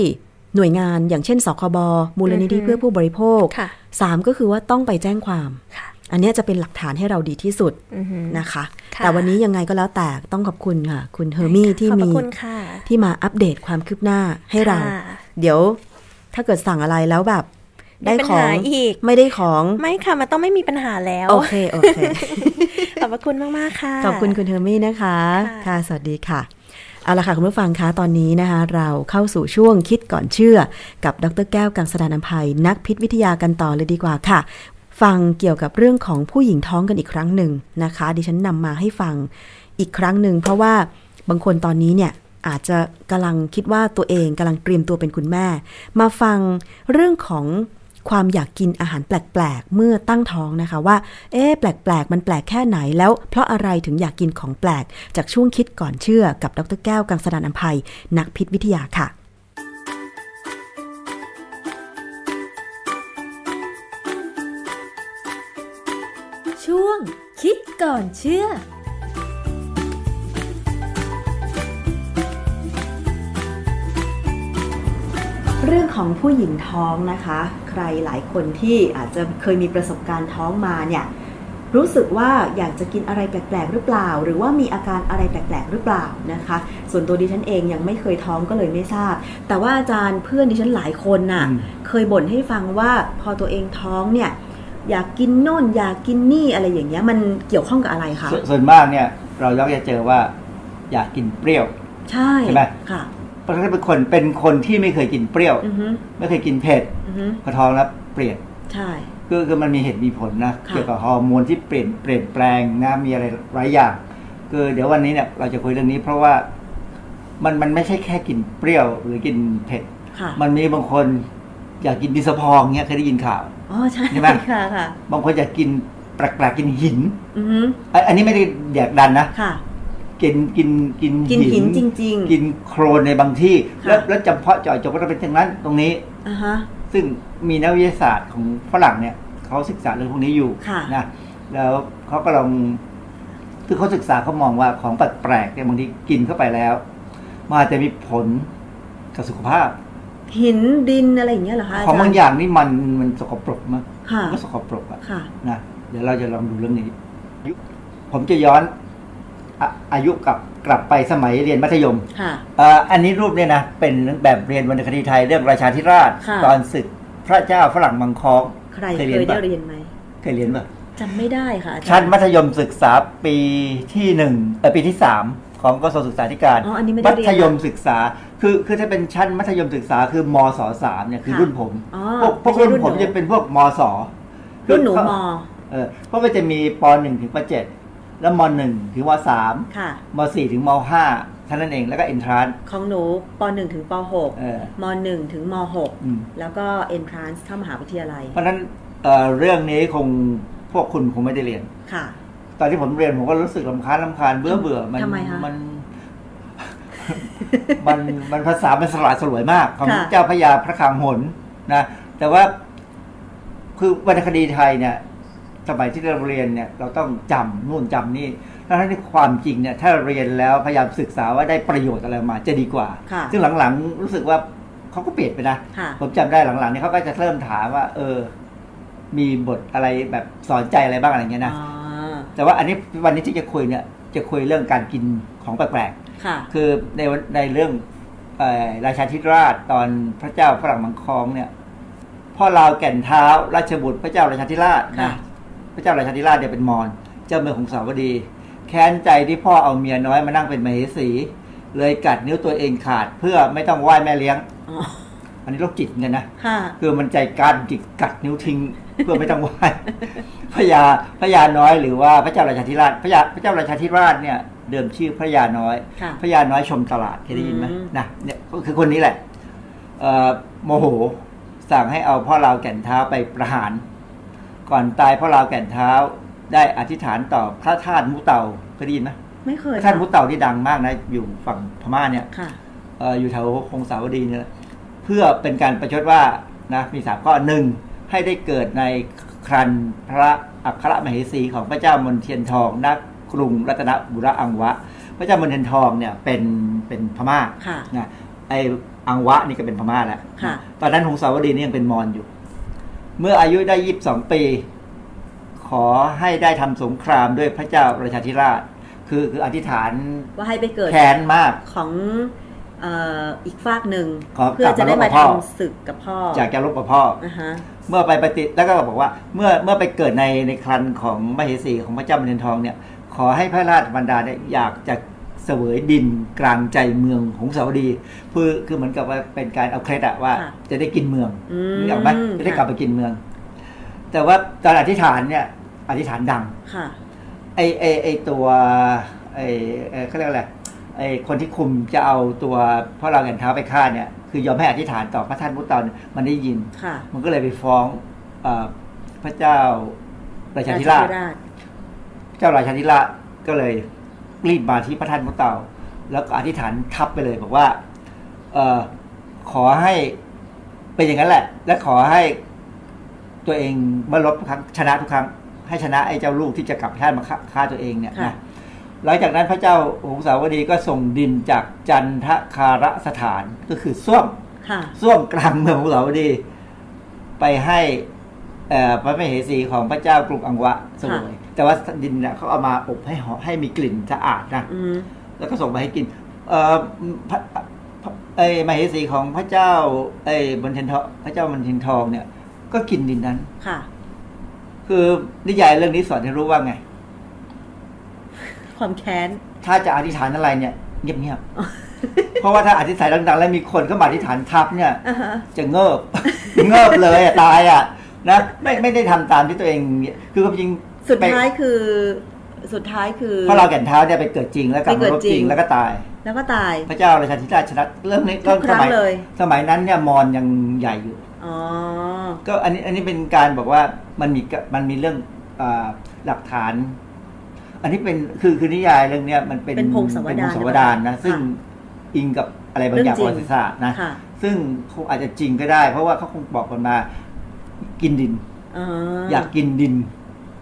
หน่วยงานอย่างเช่นสคบมูลนิธิเพื่อผู้บริโภค ค่ะ สามก็คือว่าต้องไปแจ้งความ ค่ะ อันเนี้ยจะเป็นหลักฐานให้เราดีที่สุด อือหือ นะคะ ค่ะ แต่วันนี้ยังไงก็แล้วแต่ต้องขอบคุณค่ะ คุณเฮอร์มี่ที่ ขอบพ มี ระคุณค่ะ ที่มาอัปเดตความคืบหน้าให้เรา ค่ะ เดี๋ยวถ้าเกิดสั่งอะไรแล้วแบบ ได้ มีปัญ ของ หาอีก ไม่ได้ของ ไม่ค่ะ มันต้องไม่มีปัญหาแล้ว โอเคโอเค ขอบพระคุณมาก ๆ ค่ะ ขอบคุณคุณเทอร์มี่นะคะ ค่ะ ค่ะ สวัสดีค่ะ เอาละค่ะ คุณผู้ฟังคะ ตอนนี้นะคะ เราเข้าสู่ช่วงคิดก่อนเชื่อ กับดรแก้วกังสดานนภัย นักพิษวิทยากันต่อเลยดีกว่าค่ะ ฟังเกี่ยวกับเรื่องของผู้หญิงท้องกันอีกครั้งหนึ่งนะคะ ดิฉันนำมาให้ฟังอีกครั้งหนึ่งเพราะว่าบางคนตอนนี้เนี่ยอาจจะกำลังคิดว่าตัวเองกำลังเตรียมตัวเป็นคุณแม่ มาฟังเรื่องของ ความอยากกินอาหารแปลกๆ เมื่อตั้งท้องนะคะว่า เอ๊ะแปลกๆ มันแปลกแค่ไหนแล้ว เพราะอะไรถึงอยากกินของแปลก จากช่วงคิดก่อนเชื่อกับดรแก้วกังสดานอภัย นักพิษวิทยาค่ะ ช่วงคิดก่อนเชื่อ เรื่องของผู้หญิงท้องนะคะ ใครหลายคนที่อาจจะเคยมีประสบการณ์ท้องมาเนี่ยรู้สึกว่าอยากจะกินอะไรแปลกๆ หรือเปล่า หรือว่ามีอาการอะไรแปลกๆ หรือเปล่านะคะ ส่วนตัวดิฉันเองยังไม่เคยท้องก็เลยไม่ทราบ แต่ว่าอาจารย์เพื่อนดิฉันหลายคนน่ะ อืม เคยบ่นให้ฟังว่าพอตัวเองท้องเนี่ยอยากกินโน่นอยากกินนี่อะไรอย่างเงี้ยมันเกี่ยวข้องกับอะไรคะ สส่วนมากเนี่ย เราเราจะเจอว่าอยากกินเปรี้ยว ใช่ ใช่ไหม ค่ะ เพราะฉะนั้นเป็นคนเป็นคนที่ไม่เคยกินเปรี้ยว อือฮึ ไม่เคยกินเผ็ด อือฮึ พอท้องแล้วเปลี่ยน ใช่ คือคือมันมีเหตุมีผลนะ ค่ะ เกี่ยวกับฮอร์โมนที่เปลี่ยนเปลี่ยนแปลงนะมีอะไรหลายอย่างคือเดี๋ยววันนี้เนี่ยเราจะคุยเรื่องนี้ เพราะว่ามันมันไม่ใช่แค่กินเปรี้ยว หรือกินเผ็ด ค่ะ มันมีบางคนอยากกินดินสะพองเนี่ยเคยได้ยินข่าว อ๋อใช่ ใช่ไหม ค่ะค่ะ บางคนอยากกินแปลกๆกินหิน อือฮึ อันอันนี้ไม่ได้แดกดันนะ ค่ะ กินกินกิน กินหินจริงๆ กินโครนในบางที่ ค่ะ แล้วแล้วจำเพาะเจาะจงว่าต้องเป็นอย่างนั้นตรงนี้ อ่าฮะ ซึ่งมีนักวิทยาศาสตร์ของฝรั่งเนี่ยเขาศึกษาเรื่องพวกนี้อยู่ ค่ะ นะแล้วเขาก็ลองคือเขาศึกษาเขามองว่าของแปลกๆเนี่ยบางทีกินเข้าไปแล้วมนอาจจะมีผลกับสุขภาพ หินดินอะไรอย่างเงี้ยเหรอคะ ของบาง จรย์ อย่างนี่มันมันสกปรกมาก ค่ะ มันก็สกปรกอะ ค่ะ นะเดี๋ยวเราจะลองดูเรื่องนี้ยุคผมจะย้อนอะอายุกลับกลับไปสมัยเรียนมัธยม ค่ะ เอ่ออันนี้รูปเนี่ยนะ เป็นแบบเรียนวรรณคดีไทยเรื่องราชาธิราช ค่ะ ตอนศึกพระเจ้าฝรั่งมังคอง ใครเคยได้ ปะ เรียนไหม เคยเรียนปะ จำไม่ได้ค่ะอาจา ชั้ ร น ย์ มัธยมศึกษาปีที่หนึ่งเออปีที่สามของกสทศึกษาธิการ อ๋ออันนี้ไม่ได้ มั เรียน ธยมศึกษา คือคือถ้าเป็นชั้นมัธยมศึกษาคือมศสามเนี่ยคือ ค่ะ รุ่นผม อ๋อ พวกพวก ไม่ใช่ รุ่น รุ่น ผม หนู จะเป็นพวกมศคือ รุ่นหนู เขา ม เออเพราะมันจะมีป .1 ถึงป .7 แล้วม .1 ถึงม ค่ะ .3 ม .4 ถึงม .5 เท่านั้นเองแล้วก็ entrance ของหนูป .1 ถึงป เออ .6 ม .1 ถึงม อืม .6 แล้วก็ entrance เข้ามหาวิทยาลัย เพราะฉะนั้นเอ่อเรื่องนี้คงพวกคุณคงไม่ได้เรียน ค่ะ ตอนที่ผมเรียนผมก็รู้สึกลำคาญลำคาญเบื่อเบื่อมัน ทำไมคะ มัน มันมันภาษามันสลายสลวยมาก ของ ค่ะ เจ้าพระยาพระคางหนนะแต่ว่าคือวรรณคดีไทยเนี่ยสมัยที่เราเรียนเนี่ย เราต้องจำนู่นจำนี่แล้วที่ความจริงเนี่ย ถ้าเรียนแล้วพยายามศึกษาว่าได้ประโยชน์อะไรมาจะดีกว่า ค่ะ ซึ่งหลังๆ รู้สึกว่าเขาก็เปลี่ยนไปนะ ค่ะ ผมจำได้หลังๆเนี่ยเขาก็จะเริ่มถามว่า เออ มีบทอะไรแบบสอนใจอะไรบ้างอะไรเงี้ยนะ อ๋อ แต่ว่าอันนี้วันนี้ที่จะคุยเนี่ยจะคุยเรื่องการกินของแปลก ค่ะ ๆ คือในวันในเรื่องเอ่อราชาธิราชตอนพระเจ้าฝรั่งมังคองเนี่ยพ่อลาวแก่นเท้า ราชบุตรพระเจ้าราชาธิราชนะ ค่ะ พระเจ้าราชาธิราชเนี่ยเป็นมอญเจ้าเมืองของสาวดี แค้นใจที่พ่อเอาเมียน้อยมานั่งเป็นมเหสี เลยกัดนิ้วตัวเองขาดเพื่อไม่ต้องไหว้แม่เลี้ยง อ๋อ อันนี้โรคจิตเนี่ยนะ ค่ะ คือมันใจกล้าจริงกัดนิ้วทิ้ง เพื่อไม่ต้องไหว้ พระยาพระยาน้อยหรือว่าพระเจ้าราชาธิราชพระยาพระเจ้าราชาธิราชเนี่ยเดิมชื่อพระยาน้อย ค่ะ พระยาน้อยชมตลาดเคยได้ยินไหม อืม นะเนี่ยก็คือคนนี้แหละเอ่อโมโหสั่งให้เอาพ่อเราวแก่นเท้าไปประหาร ก่อนตายพ่อเราวแก่นเท้าได้อธิษฐานต่อพระธาตุมุเตาเคยได้ยินไหม ไม่เค พ ย ระธาตุมุเตาที่ดังมากนะอยู่ฝั่งพม่าเนี่ย ค่ะ เอ่ออยู่แถวคงสาวดีเนี่ยแหละเพื่อเป็นการประชดว่านะมีสามข้อหนึ่งให้ได้เกิดในครันพระอัครมเหสีของพระเจ้ามนเทียนทองนักกรุงรัตนบุรีอังวะ พระเจ้ามนเทียนทองเนี่ยเป็นเป็นพม่า ค่ะ นะไออังวะนี่ก็เป็นพม่าแล้ว ค่ะ ตอนนั้นหงสาวดีนี่ยังเป็นมอญอยู่ เมื่ออายุได้ยีิบสองปี ขอให้ได้ทำสงครามด้วยพระเจ้าประชาธิราช คือคืออธิษฐาน ว่าให้ไปเกิด แค้นมาก ของเอ่ออีกฝากหนึ่ง ขอกลับ เพื่อจะได้มา มาลบกับพ่อ ทำศึกกับพ่อ อยากจะลบกับพ่อ อ่าฮะ เมื่อไปปฏิแล้วก็บอกว่าเมื่อเมื่อไปเกิดในในครันของมเหสีของพระเจ้ามณีทองเนี่ย ขอให้พระราชบรรดาเนี่ยอยากจะเสวยดินกลางใจเมืองของสาวดีเพื่อคือเหมือนกับว่าเป็นการเอาเคล็ดอะว่า ค่ะ จะได้กินเมือง อืม นึกออกไหมจะได้กลับ ค่ะ ไปกินเมือง แต่ว่าตอนอธิษฐานเนี่ย อธิษฐานดัง ค่ะ ไอไอไอตัวไอเอ่อเขาเรียกอะไรไอคนที่คุมจะเอาตัวพ่อเราแก่นเท้าไปฆ่าเนี่ยคือยอมให้อธิษฐานต่อพระท่านมุตตอนมันได้ยิน ค่ะ มันก็เลยไปฟ้องเออพระเจ้าราชาธิราช ช เจ้าราชาธิราชก็เลยรีบมาที่พระท่านมุตเตา แล้วก็อธิษฐานทับไปเลยบอกว่าเออขอให้เป็นอย่างนั้นแหละ และขอให้ตัวเองเมื่อลบทุกครั้งชนะทุกครั้ง ให้ชนะไอ้เจ้าลูกที่จะกลับชาติมาฆ่าฆ่าตัวเองเนี่ย ค่ะ นะหลังจากนั้นพระเจ้าหงสาวดีก็ส่งดินจากจันทคารสถานก็คือส้วม ค่ะ ส้วมกลางเมืองของสาวดี ไปให้เอ่อพระมเหสีของพระเจ้ากรุงอังวะเสวย แต่ว่าดินเนี่ยเขาเอามาอบให้หอมให้มีกลิ่นสะอาดนะ อืม แล้วก็ส่งไปให้กิน เอ่อพระพระไอ้มเหสีของพระเจ้าไอ้บนเทนทองพระเจ้าบนเทนทองเนี่ย ก็กินดินนั้น ค่ะ คือนิยายเรื่องนี้สอนให้รู้ว่าไง ความแค้น ถ้าจะอธิษฐานอะไรเนี่ย เงียบๆ เพราะว่าถ้าอธิษฐานดังๆ แล้วมีคนเข้ามาอธิษฐานทับเนี่ย จะเงิบ เงิบเลยอะตายอ่ะนะไม่ไม่ได้ทำตามที่ตัวเองคือความจริง สุดท้าย ไป คือ สุดท้ายคือ เพราะเราแก่นเท้าเนี่ยไปเกิดจริงแล้วกลับ ไปเกิ มา ด รบ จริง จริงแล้วก็ตาย แล้วก็ตาย พระเจ้าราชาธิราชชนะเรื่องนี้ ทุกครั้ง สมัย เลย สมัยนั้นเนี่ยมอญยังใหญ่อยู่ อ๋อ ก็อันนี้อันนี้เป็นการบอกว่ามันมีมันมีเรื่องอาหลักฐาน อันนี้เป็นคือคือนิยายเรื่องเนี้ยมันเป็น เป็นพงศาวดาร เป็นพงศาวดารนะ ค่ะ ซึ่งอิงกับอะไรบางอย่าง เรื่ ป องจริง ระวัติศาสตร์นะ ค่ะ ซึ่งคงอาจจะจริงก็ได้ เพราะว่าเขาคงบอกกันมากินดิน อ๋อ อยากกินดิน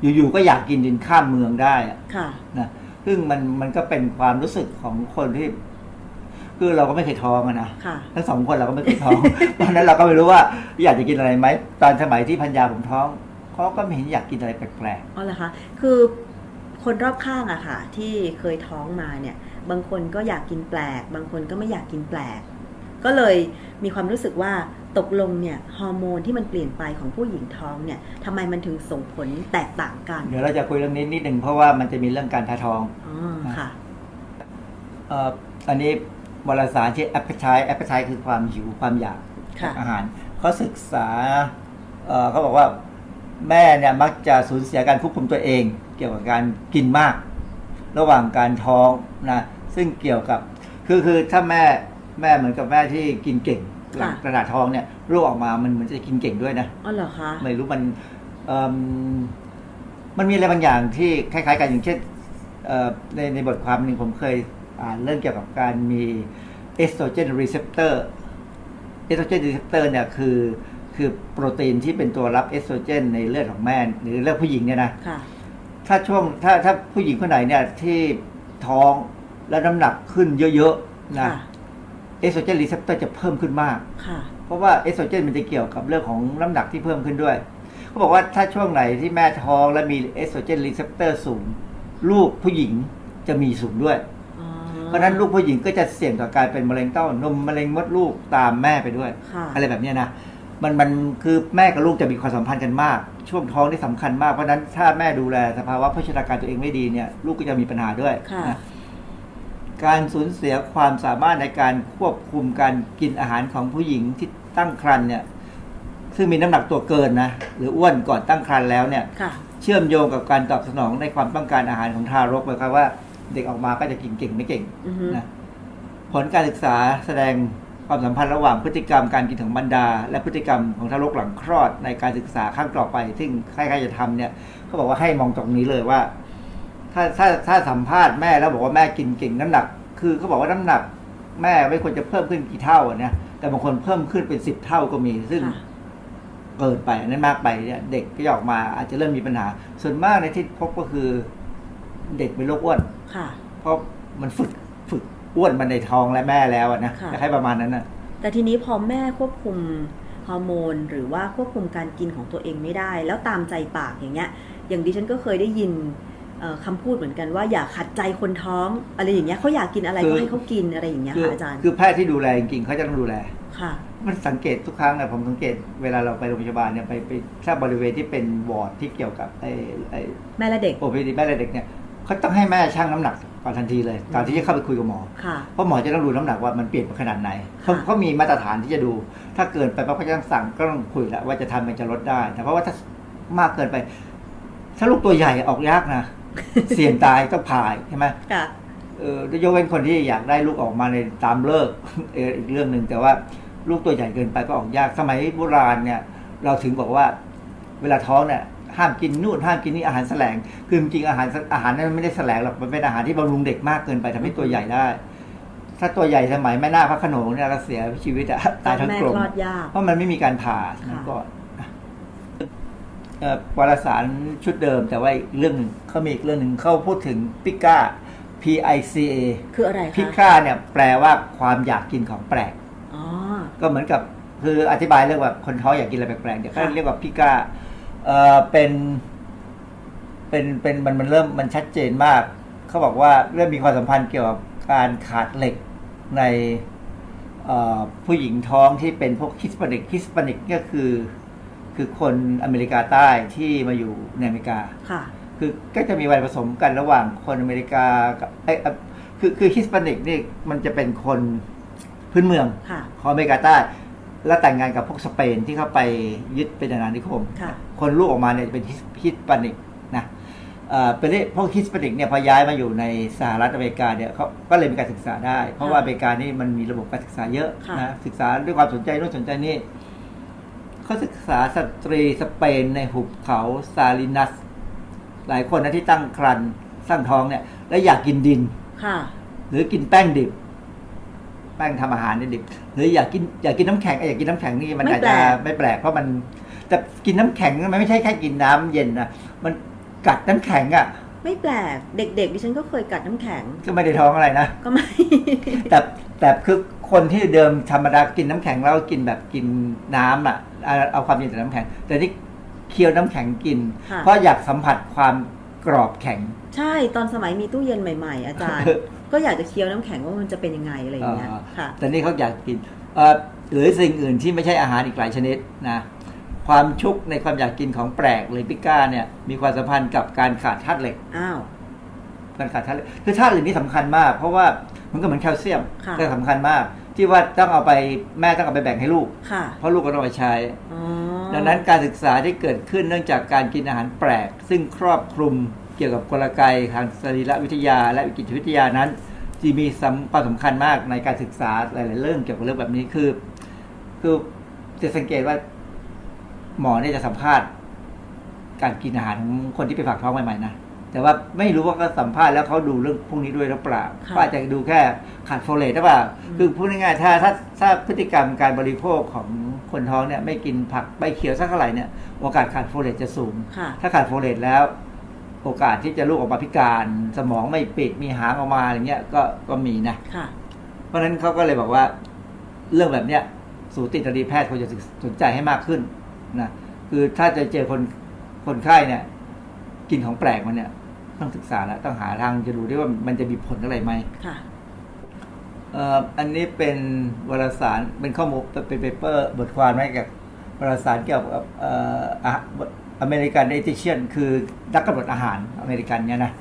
อยู่ๆก็อยากกินดินข้ามเมืองได้อะ ค่ะ นะซึ่งมันมันก็เป็นความรู้สึกของคนที่ คือเราก็ไม่เคยท้องอะนะ ค่ะ ทั้งสองคนเราก็ไม่เคยท้อง เพราะฉะนั้นเราก็ไม่รู้ว่าอยากจะกินอะไรไหม ตอนสมัยที่พัญญาผมท้องเขาก็ไม่เห็นอยากกินอะไรแปลก อ๋อเหรอคะคือคนรอบข้างอะค่ะ ที่เคยท้องมาเนี่ย บางคนก็อยากกินแปลก บางคนก็ไม่อยากกินแปลก ก็เลยมีความรู้สึกว่าตกลงเนี่ยฮอร์โมนที่มันเปลี่ยนไปของผู้หญิงท้องเนี่ยทำไมมันถึงส่งผลแตกต่างกัน ๆ เดี๋ยวเราจะคุยเรื่องนี้นิดหนึ่งเพราะว่ามันจะมีเรื่องการทาทอง อ๋อค่ะ เอ่ออันนี้วารสารชื่อ appetite appetite คือความหิวความอยาก ค่ะ อาหารเขาศึกษาเอ่อเขาบอกว่าแม่เนี่ยมักจะสูญเสียการควบคุมตัวเอง เกี่ยวกับการกินมาก ระหว่างการท้องนะซึ่งเกี่ยวกับคือคือถ้าแม่แม่เหมือนกับแม่ที่กินเก่งหลัง ค่ะ กระดาษทองเนี่ยลูกออกมามันเหมือนจะกินเก่งด้วยนะ อ๋อเหรอคะ ไม่รู้มันเอิ่มมันมีอะไรบางอย่างที่คล้ายๆกันอย่างเช่นเอ่อในในบทความหนึ่งผมเคยอ่านเรื่องเกี่ยวกับการมีเอสโตรเจนรีเซพเตอร์เอสโตรเจนรีเซพเตอร์เนี่ยคือคือโปรตีนที่เป็นตัวรับเอสโตรเจนในเลือดของแม่หรือเลือดผู้หญิงเนี่ยนะ ค่ะ ถ้าช่วงถ้าถ้าผู้หญิงคนไหนเนี่ยที่ท้องแล้วน้ำหนักขึ้นเยอะๆนะ ค่ะ เอสโตรเจนรีเซพเตอร์จะเพิ่มขึ้นมาก ค่ะ เพราะว่าเอสโตรเจนมันจะเกี่ยวกับเรื่องของน้ำหนักที่เพิ่มขึ้นด้วยเขาบอกว่าถ้าช่วงไหนที่แม่ท้องและมีเอสโตรเจนรีเซพเตอร์สูง ลูกผู้หญิงจะมีสูงด้วย อ๋อ เพราะฉะนั้นลูกผู้หญิงก็จะเสี่ยงต่อการเป็นมะเร็งเต้านมมะเร็งมดลูกตามแม่ไปด้วย ค่ะ อะไรแบบเนี้ยนะ มันมันคือแม่กับลูกจะมีความสัมพันธ์กันมาก ช่วงท้องนี่สำคัญมาก เพราะฉะนั้นถ้าแม่ดูแลสภาวะโภชนาการตัวเองไม่ดีเนี่ย ลูกก็จะมีปัญหาด้วย ค่ะ นะ การสูญเสียความสามารถในการควบคุมการกินอาหารของผู้หญิงที่ตั้งครรภ์เนี่ย ซึ่งมีน้ำหนักตัวเกินนะ หรืออ้วนก่อนตั้งครรภ์แล้วเนี่ย ค่ะ เชื่อมโยงกับการตอบสนองในความต้องการอาหารของทารกเลยครับว่าเด็กออกมาก็จะกินเก่งไม่เก่ง อือฮึ นะผลการศึกษาแสดงความสัมพันธ์ระหว่างพฤติกรรมการกินของบรรดา และพฤติกรรมของทารกหลังคลอดในการศึกษาข้างต่อไป ซึ่งใครๆจะทำเนี่ยเขาบอกว่าให้มองตรงนี้เลยว่า ถ้าถ้าถ้าสัมภาษณ์แม่แล้วบอกว่าแม่กินเก่งน้ำหนัก คือเขาบอกว่าน้ำหนัก แม่ไม่ควรจะเพิ่มขึ้นกี่เท่าอะนะแต่บางคนเพิ่มขึ้นเป็นสิบเท่าก็มีซึ่ง ค่ะ เกินไปอันนั้นมากไปเนี่ยเด็กก็จะออกมาอาจจะเริ่มมีปัญหา ส่วนมากในที่พบก็คือเด็กเป็นโรคอ้วน ค่ะ เพราะมันฝึกฝึกอ้วนมาในท้องและแม่แล้วอะนะ ค่ะ คล้ายๆประมาณนั้นนะ แต่ทีนี้พอแม่ควบคุมฮอร์โมน หรือว่าควบคุมการกินของตัวเองไม่ได้ แล้วตามใจปากอย่างเงี้ย อย่างดิฉันก็เคยได้ยินเอ่อคำพูดเหมือนกันว่าอย่าขัดใจคนท้องอะไรอย่างเงี้ยเขาอยากกินอะไรก็ให้เขากินอะไรอย่างเงี้ย คื ค่ะอาจารย์ คือแพทย์ที่ดูแลจริงๆเขาจะต้องดูแล ค่ะ มันสังเกตทุกครั้งนะผมสังเกตเวลาเราไปโรงพยาบาลเนี่ยไปไปถ้าบริเวณที่เป็นวอร์ดที่เกี่ยวกับไอ้ไอ้ แม่และเด็ก โอพีดีแม่และเด็กเนี่ยเขาต้องให้แม่ชั่งน้ำหนักก่อนทันทีเลยตอนที่จะเข้าไปคุยกับหมอ ค่ะ เพราะหมอจะต้องดูน้ำหนักว่ามันเปลี่ยนไปขนาดไหนเขา ค่ะ เขามีมาตรฐานที่จะดู ถ้าเกินไปปั๊บเขาจะต้องสั่งก็ต้องคุยแล้วว่าจะทำมันจะลดได้ แต่เพราะว่าถ้ามากเกินไป ถ้าลูกตัวใหญ่ออกยากนะ เสี่ยงตายต้องผ่าใช่ไหม ค่ะ เออยกเว้นคนที่อยากได้ลูกออกมาในตามเลิก เอออีกเรื่องหนึ่งแต่ว่าลูกตัวใหญ่เกินไปก็ออกยากสมัยโบราณเนี่ย เราถึงบอกว่า เวลาท้องเนี่ยห้ามกินนู่นห้ามกินนี่อาหารแสลงคือจริงๆอาหารอาหารนั้นมันไม่ได้แสลงหรอกมันเป็นอาหารที่บำรุงเด็กมากเกินไปทำให้ตัวใหญ่ได้ ถ้าตัวใหญ่สมัยแม่นาคพระโขนงเนี่ยเราเสียชีวิตอะ ตายทั้งกลม แม่คลอดยาก เพราะมันไม่มีการผ่าสมัยก่อนเอ่อวารสารชุดเดิม แต่ว่าอีกเรื่องหนึ่งเขามีอีกเรื่องหนึ่งเขาพูดถึงปิก้า P I C A คืออะไร พิ คะ ก้าเนี่ยแปลว่าความอยากกินของแปลก อ๋อ ก็เหมือนกับคืออธิบายเรื่องว่าคนท้องอยากกินอะไรแปลกๆเดี๋ยวเขา ค่ะ เรียกว่าพิก้าเออเป็นเป็นเป็นมันมันเริ่มมันชัดเจนมาก เขาบอกว่าเริ่มมีความสัมพันธ์เกี่ยวกับการขาดเหล็กในเอ่อผู้หญิงท้องที่เป็นพวกฮิสปานิกฮิสปานิกก็คือคือคนอเมริกาใต้ที่มาอยู่ในอเมริกา ค่ะ คือก็จะมีวัยผสมกันระหว่างคนอเมริกากับไอยเอ่อคือคือฮิสปานิกนี่มันจะเป็นคนพื้นเมือง ค่ะ ของอเมริกาใต้และแต่งงานกับพวกสเปนที่เข้าไปยึดเป็นอาณานิคม ค่ะ คนลูกออกมาเนี่ยเป็นฮิสฮิสปานิกนะเอ่อเป็นเรื่องพวกฮิสปานิกเนี่ยพอย้ายมาอยู่ในสหรัฐอเมริกาเนี่ยเขาก็เลยมีการศึกษาได้ เพราะว่าอเมริกานี่มันมีระบบการศึกษาเยอะ ค่ะ นะศึกษาด้วยความสนใจนู่นสนใจนี่เขาศึกษาสตรีสเปนในหุบเขาซาลินัส หลายคนนะที่ตั้งครรภ์ตั้งท้องเนี่ย และอยากกินดิน ค่ะ หรือกินแป้งดิบ แป้งทำอาหารเนี่ยดิบ หรืออยากกินอยากกินน้ำแข็งเอ้ยอยากกินน้ำแข็งนี่มัน ไม่ อาจ แปล จะ ก ไม่แปลกเพราะมันแต่กินน้ำแข็งมันไม่ใช่แค่กินน้ำเย็นนะมันกัดน้ำแข็งอ่ะ ไม่แปลก เด็ก ๆ ดิฉันก็เคยกัดน้ำแข็ง ก็ไม่ได้ท้องอะไรนะ ก็ไม่ แต่แต่คือคนที่เดิมธรรมดากินน้ำแข็งแล้วกินแบบกินน้ำอ่ะเอาเอาความเย็นจากน้ำแข็ง แต่นี่เคี้ยวน้ำแข็งกิน ค่ะ เพราะอยากสัมผัสความกรอบแข็ง ใช่ ตอนสมัยมีตู้เย็นใหม่ ๆ อาจารย์ ก็อยากจะเคี้ยวน้ำแข็งว่ามันจะเป็นยังไงอะไรอย่างเงี้ย อ่า ค่ะ แต่นี่เขาอยากกินเอ่อหรือสิ่งอื่นที่ไม่ใช่อาหารอีกหลายชนิดนะ ความชุกในความอยากกินของแปลกหรือพิก้าเนี่ย มีความสัมพันธ์กับการขาดธาตุเหล็ก อ้าว การขาดธาตุเหล็กคือธาตุเหล็กนี่สำคัญมาก เพราะว่ามันก็เหมือนแคลเซียม ค่ะ แต่สำคัญมาก ที่ว่าต้องเอาไปแม่ต้องเอาไปแบ่งให้ลูก ค่ะ เพราะลูกก็ต้องเอาไปใช้ อ๋อ ดังนั้นการศึกษาที่เกิดขึ้นเนื่องจากการกินอาหารแปลก ซึ่งครอบคลุมเกี่ยวกับกลไกทางสรีรวิทยา และวิกิตวิทยานั้นจีมีสำความสำคัญมากในการศึกษาหลาย ๆ เรื่องเกี่ยวกับเรื่องแบบนี้คือ คือจะสังเกตว่าหมอเนี่ยจะสัมภาษณ์ การกินอาหารของคนที่ไปฝากท้องใหม่ ๆ นะ แต่ว่าไม่รู้ว่าเขาสัมภาษณ์แล้วเขาดูเรื่องพวกนี้ด้วยหรือเปล่า ะ ก็อาจจะดูแค่ขาดโฟเลตหรือเปล่า คือพูดง่ายๆถ้าถ้าถ้าพฤติกรรมการบริโภคของคนท้องเนี่ย ไม่กินผักใบเขียวสักเท่าไหร่เนี่ยโอกาสขาดโฟเลตจะสูง ค่ะ ถ้าขาดโฟเลตแล้ว โอกาสที่จะลูกออกมาพิการสมองไม่ปิดมีหางออกมาอะไรเงี้ยก็ก็มีนะ ค่ะ เพราะฉะนั้นเขาก็เลยบอกว่าเรื่องแบบเนี้ย สูตินรีแพทย์ควรจะสนใจให้มากขึ้นนะคือถ้าจะเจอคนคนไข้เนี่ย กินของแปลกมันเนี่ย ต้องศึกษาแล้วต้องหาทางจะดูด้วยว่ามันจะมีผลอะไรไหม ค่ะ เอ่ออันนี้เป็นวารสารเป็นข้อมูลเป็นเปเปอร์บทความมาจากวารสารเกี่ยวกับเอ่ออเมริกันเอติเชียนคือนักกำหนดอาหารอเมริกันเนี่ยนะ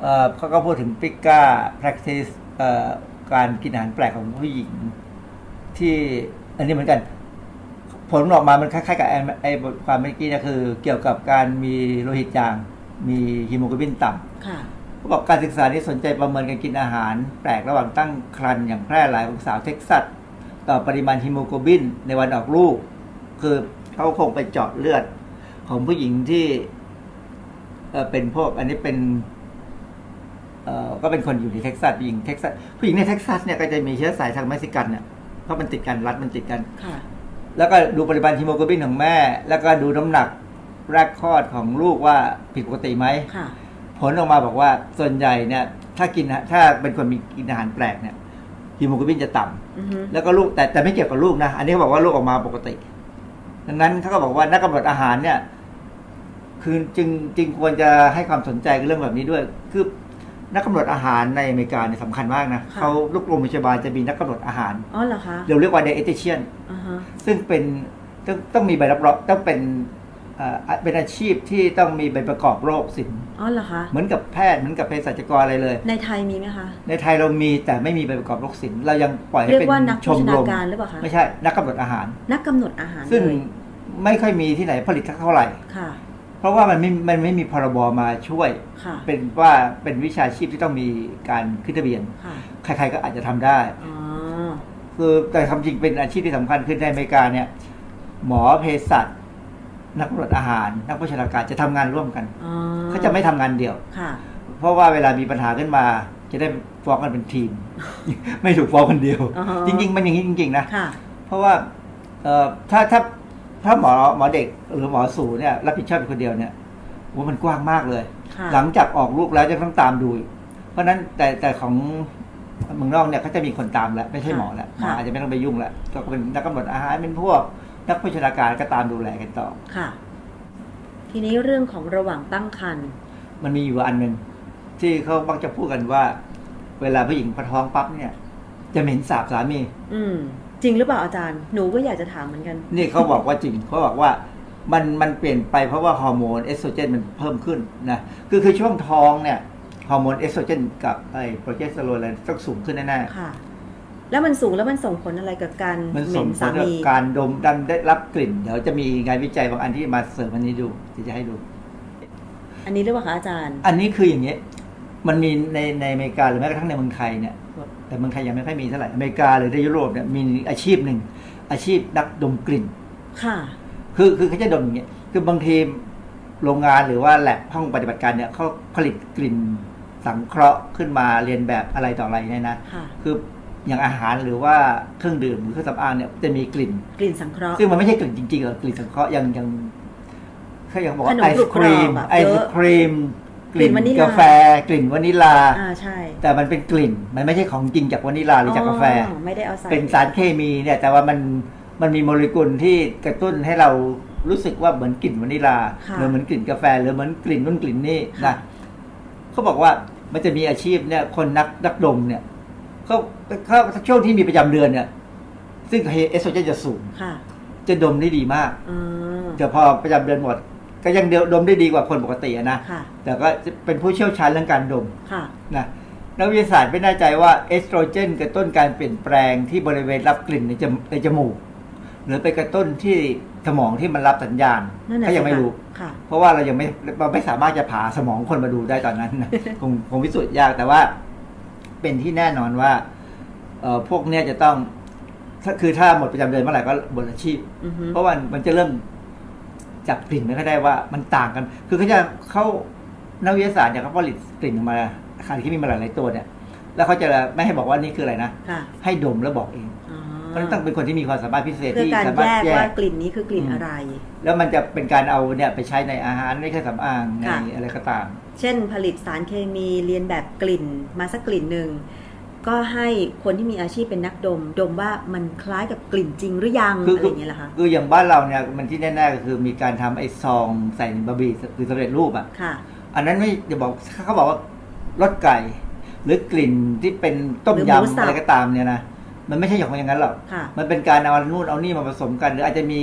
เอ่อเขาก็พูดถึงปิก้า practice เอ่อการกินอาหารแปลกของผู้หญิง ที่อันนี้เหมือนกัน ผลออกมามันคล้ายๆกับไอ้ไอ้บทความเมื่อกี้นะคือ เกี่ยวกับการมีโลหิตจาง มีฮีโมโกลบินต่ำ ค่ะ เขาบอกการศึกษานี้สนใจประเมินการกินอาหาร แปลกระหว่างตั้งครรภ์อย่างแพร่หลายของสาวเท็กซัส ต่อปริมาณฮิโมโกลบินในวันออกลูก คือเขาคงไปเจาะเลือดของผู้หญิงที่เอ่อเป็นพวกอันนี้เป็นเอ่อก็เป็นคนอยู่ในเท็กซัสผู้หญิงเท็กซัสผู้หญิงในเท็กซัสเนี่ยก็จะมีเชื้อสายทางเม็กซิกันเนี่ยเพราะมันติดกันรัฐมันติดกัน ค่ะ แล้วก็ดูปริมาณฮีโมโกลบินของแม่ แล้วก็ดูน้ำหนักแรกคลอดของลูกว่าผิดปกติไหม ค่ะ ผลออกมาบอกว่าส่วนใหญ่เนี่ย ถ้ากินอาถ้าเป็นคนมีกินอาหารแปลกเนี่ยฮีโมโกลบินจะต่ำ อือฮึ แล้วก็ลูกแต่แต่ไม่เกี่ยวกับลูกนะ อันนี้เขาบอกว่าลูกออกมาปกติ ดังนั้นเขาก็บอกว่านักกำหนดอาหารเนี่ย คือจึงจึงควรจะให้ความสนใจกับเรื่องแบบนี้ด้วย คือนักกำหนดอาหารในอเมริกาเนี่ยสำคัญมากนะ ค่ะ เขาลูกโรงพยาบาลจะมีนักกำหนดอาหาร อ๋อเหรอคะ เราเรียกว่าเดเอทเชียน อ่าฮะ ซึ่งเป็นต้องต้องมีใบรับรองต้องเป็นเอ่อเป็นอาชีพที่ต้องมีใบประกอบโรคศิลป์ อ๋อเหรอคะ เหมือนกับแพทย์เหมือนกับเภสัชกรอะไรเลย ในไทยมีไหมคะ ในไทยเรามีแต่ไม่มีใบประกอบโรคศิลป์เรายังปล่อยให้ เรีย เป็น กว่านัก ช โภ ม ช ร นาม การหรือเปล่าคะ ไม่ใช่นักกำหนดอาหาร นักกำหนดอาหาร ซึ่ง เลย ไม่ค่อยมีที่ไหนผลิตสักเท่าไหร่ ค่ะ เพราะว่ามันไม่มันไม่มีพรบมาช่วย ค่ะ เป็นว่าเป็นวิชาชีพที่ต้องมีการขึ้นทะเบียน ค่ะ ใครๆก็อาจจะทำได้ อ๋อ คือแต่คำจริงเป็นอาชีพที่สำคัญขึ้นในอเมริกาเนี่ย หมอเภสัชนักกำหนดอาหาร นักโภชนาการจะทำงานร่วมกัน อ๋อ เขาจะไม่ทำงานเดี่ยว ค่ะ เพราะว่าเวลามีปัญหาขึ้นมา จะได้ฟ้องกันเป็นทีม ไม่ถูกฟ้องคนเดียว อ๋อ จริง ๆ มันอย่างนี้จริง ๆ นะ ค่ะ เพราะว่าเอ่อถ้าถ้าถ้าหมอหมอเด็กหรือหมอสูเนี่ยรับผิดชอบอยู่คนเดียวเนี่ยว่ามันกว้างมากเลย ค่ะ หลังจากออกลูกแล้วจะต้องตามดูอีกเพราะฉะนั้นแต่แต่ของเมืองนอกเนี่ยเขาจะมีคนตามแล้ว ไม่ใช่หมอแล้วหมอ ค่ะ อาจจะไม่ต้องไปยุ่งแล้วก็เป็นนักกำหนดอาหารเป็นพวกนักโภชนาการก็ตามดูแลกันต่อ ค่ะ ทีนี้เรื่องของระหว่างตั้งครรภ์ มันมีอยู่อันหนึ่งที่เขาบักจะพูดกันว่า เวลาผู้หญิงพอท้องปั๊บเนี่ย จะเหม็นสาบสามี อืม จริงหรือเปล่าอาจารย์ หนูก็อยากจะถามเหมือนกัน นี่เขาบอกว่าจริงเขาบอกว่ามันมันเปลี่ยนไปเพราะว่าฮอร์โมนเอสโตรเจนมันเพิ่มขึ้นนะคือคือช่วงท้องเนี่ยฮอร์โมนเอสโตรเจนกับไอ้โปรเจสเตอโรนอะไรต้องสูงขึ้นแน่ ค่ะ แล้วมันสูงแล้วมันส่งผลอะไรกับการ ๆมัน เห ส่ ม็ ง น ผ สา ลกับ มี การดมดันได้รับกลิ่น เดี๋ยวจะมีงานวิจัยบางอันที่มาเสริมอันนี้ดูที่จะให้ดู อันนี้หรือเปล่าคะอาจารย์ อันนี้คืออย่างเงี้ยมันมีในในอเมริกาหรือแม้กระทั่งในเมืองไทยเนี่ย แต่เมืองไทยยังไม่ค่อยมีเท่าไหร่อเมริกาหรือในยุโรปเนี่ยมีอาชีพหนึ่งอาชีพนักดมกลิ่น ค่ะ คือคือเขาจะดมอย่างเงี้ย คือบางทีโรงงานหรือว่าแลบห้องปฏิบัติการเนี่ยเขาผลิตกลิ่นสังเคราะห์ขึ้นมาเรียนแบบอะไรต่ออะไรเนี่ยนะ ค่ะ คืออย่างอาหารหรือว่าเครื่องดื่มหรือเครื่องสำอางเนี่ยจะมีกลิ่น กลิ่นสังเคราะห์ ซึ่งมันไม่ใช่กลิ่นจริงๆหรอกกลิ่นสังเคราะห์ยังยังเขายังบอกว่า ขนม ไอก รุ ศ บ ครีม กรอบอะ ไอศครีม เยอะกลิ่นวานิลลาก กาแฟ กลิ่นวานิลลา อ่าใช่ แต่มันเป็นกลิ่น มันไม่ใช่ของจริงจากวานิลลาหรือจากกาแฟ อ๋อไม่ได้เอาใส่ เป็นสารเคมีเนี่ย แต่ว่ามันมันมีโมเลกุลที่กระตุ้นให้เรารู้สึกว่าเหมือนกลิ่นวานิลลา ะ หรือเหมือนกลิ่นกาแฟหรือเหมือนกลิ่นนู่นกลิ่นนี่ ค่ะ นะเขาบอกว่ามันจะมีอาชีพเนี่ย คนนักนักดมเนี่ยเขาเขาช่วงที่มีประจำเดือนเนี่ย ซึ่งเอสโตรเจนจะสูง ค่ะ จะดมได้ดีมาก อ๋อ แต่พอประจำเดือนหมด ก็ยังเดียวดมได้ดีกว่าคนปกติอะนะ ค่ะ แต่ก็จะเป็นผู้เชี่ยวชาญเรื่องการดม ค่ะ นะนักวิทยาศาสตร์ไม่แน่ใจว่าเอสโตรเจนกระตุ้นการเปลี่ยนแปลงที่บริเวณรับกลิ่นในจมในจมูก หรือไปกระตุ้นที่สมองที่มันรับสัญญาณ นั่นแหละ ก็ยังไม่รู้ ค่ะ เพราะว่าเรายังไม่เราไม่สามารถจะผ่าสมองคนมาดูได้ตอนนั้นนะ คงคงพิสูจน์ยากแต่ว่าเป็นที่แน่นอนว่าเอ่อพวกเนี้ยจะต้องถ้าคือถ้าหมดประจำเดือนเมื่อไหร่ก็หมดอาชีพ อือฮึ เพราะว่ามันจะเริ่มจับกลิ่นไม่ค่อยได้ว่ามันต่างกัน คือเขาจะเข้านักวิทยาศาสตร์เนี่ยเขาผลิตกลิ่นออกมาคารที่มีมาหลายๆตัวเนี่ย แล้วเขาจะไม่ให้บอกว่านี่คืออะไรนะ ค่ะ ให้ดมแล้วบอกเอง อ๋อ เพราะฉะนั้นต้องเป็นคนที่มีความสามารถพิเศษ เพื่อ ที่ การ สา แย มารถ ก แย ว่าก กลิ่นนี้คือกลิ่นอะไร แล้วมันจะเป็นการเอาเนี่ยไปใช้ในอาหารในเครื่องสำอางใน ค่ะ อะไรก็ตาม เช่นผลิตสารเคมีเรียนแบบกลิ่นมาสักกลิ่นหนึ่ง ก็ให้คนที่มีอาชีพเป็นนักดม ดมว่ามันคล้ายกับกลิ่นจริงหรือยัง คือ อะไร อ อย่างเงี้ยเหรอคะ คืออย่างบ้านเราเนี่ยมันที่แน่ๆก็คือมีการทำไอ้ซองใส่บะหมี่คือสำเร็จรูปอ่ะ ค่ะ อันนั้นไม่จะบอกเขาบอกว่ารสไก่ หรือกลิ่นที่เป็นต้ม หรือหมูสับยำอะไรก็ตามเนี่ยนะมันไม่ใช่ของอย่างนั้นหรอก ค่ะ มันเป็นการเอานู่นเอานี่มาผสมกัน หรืออาจจะมี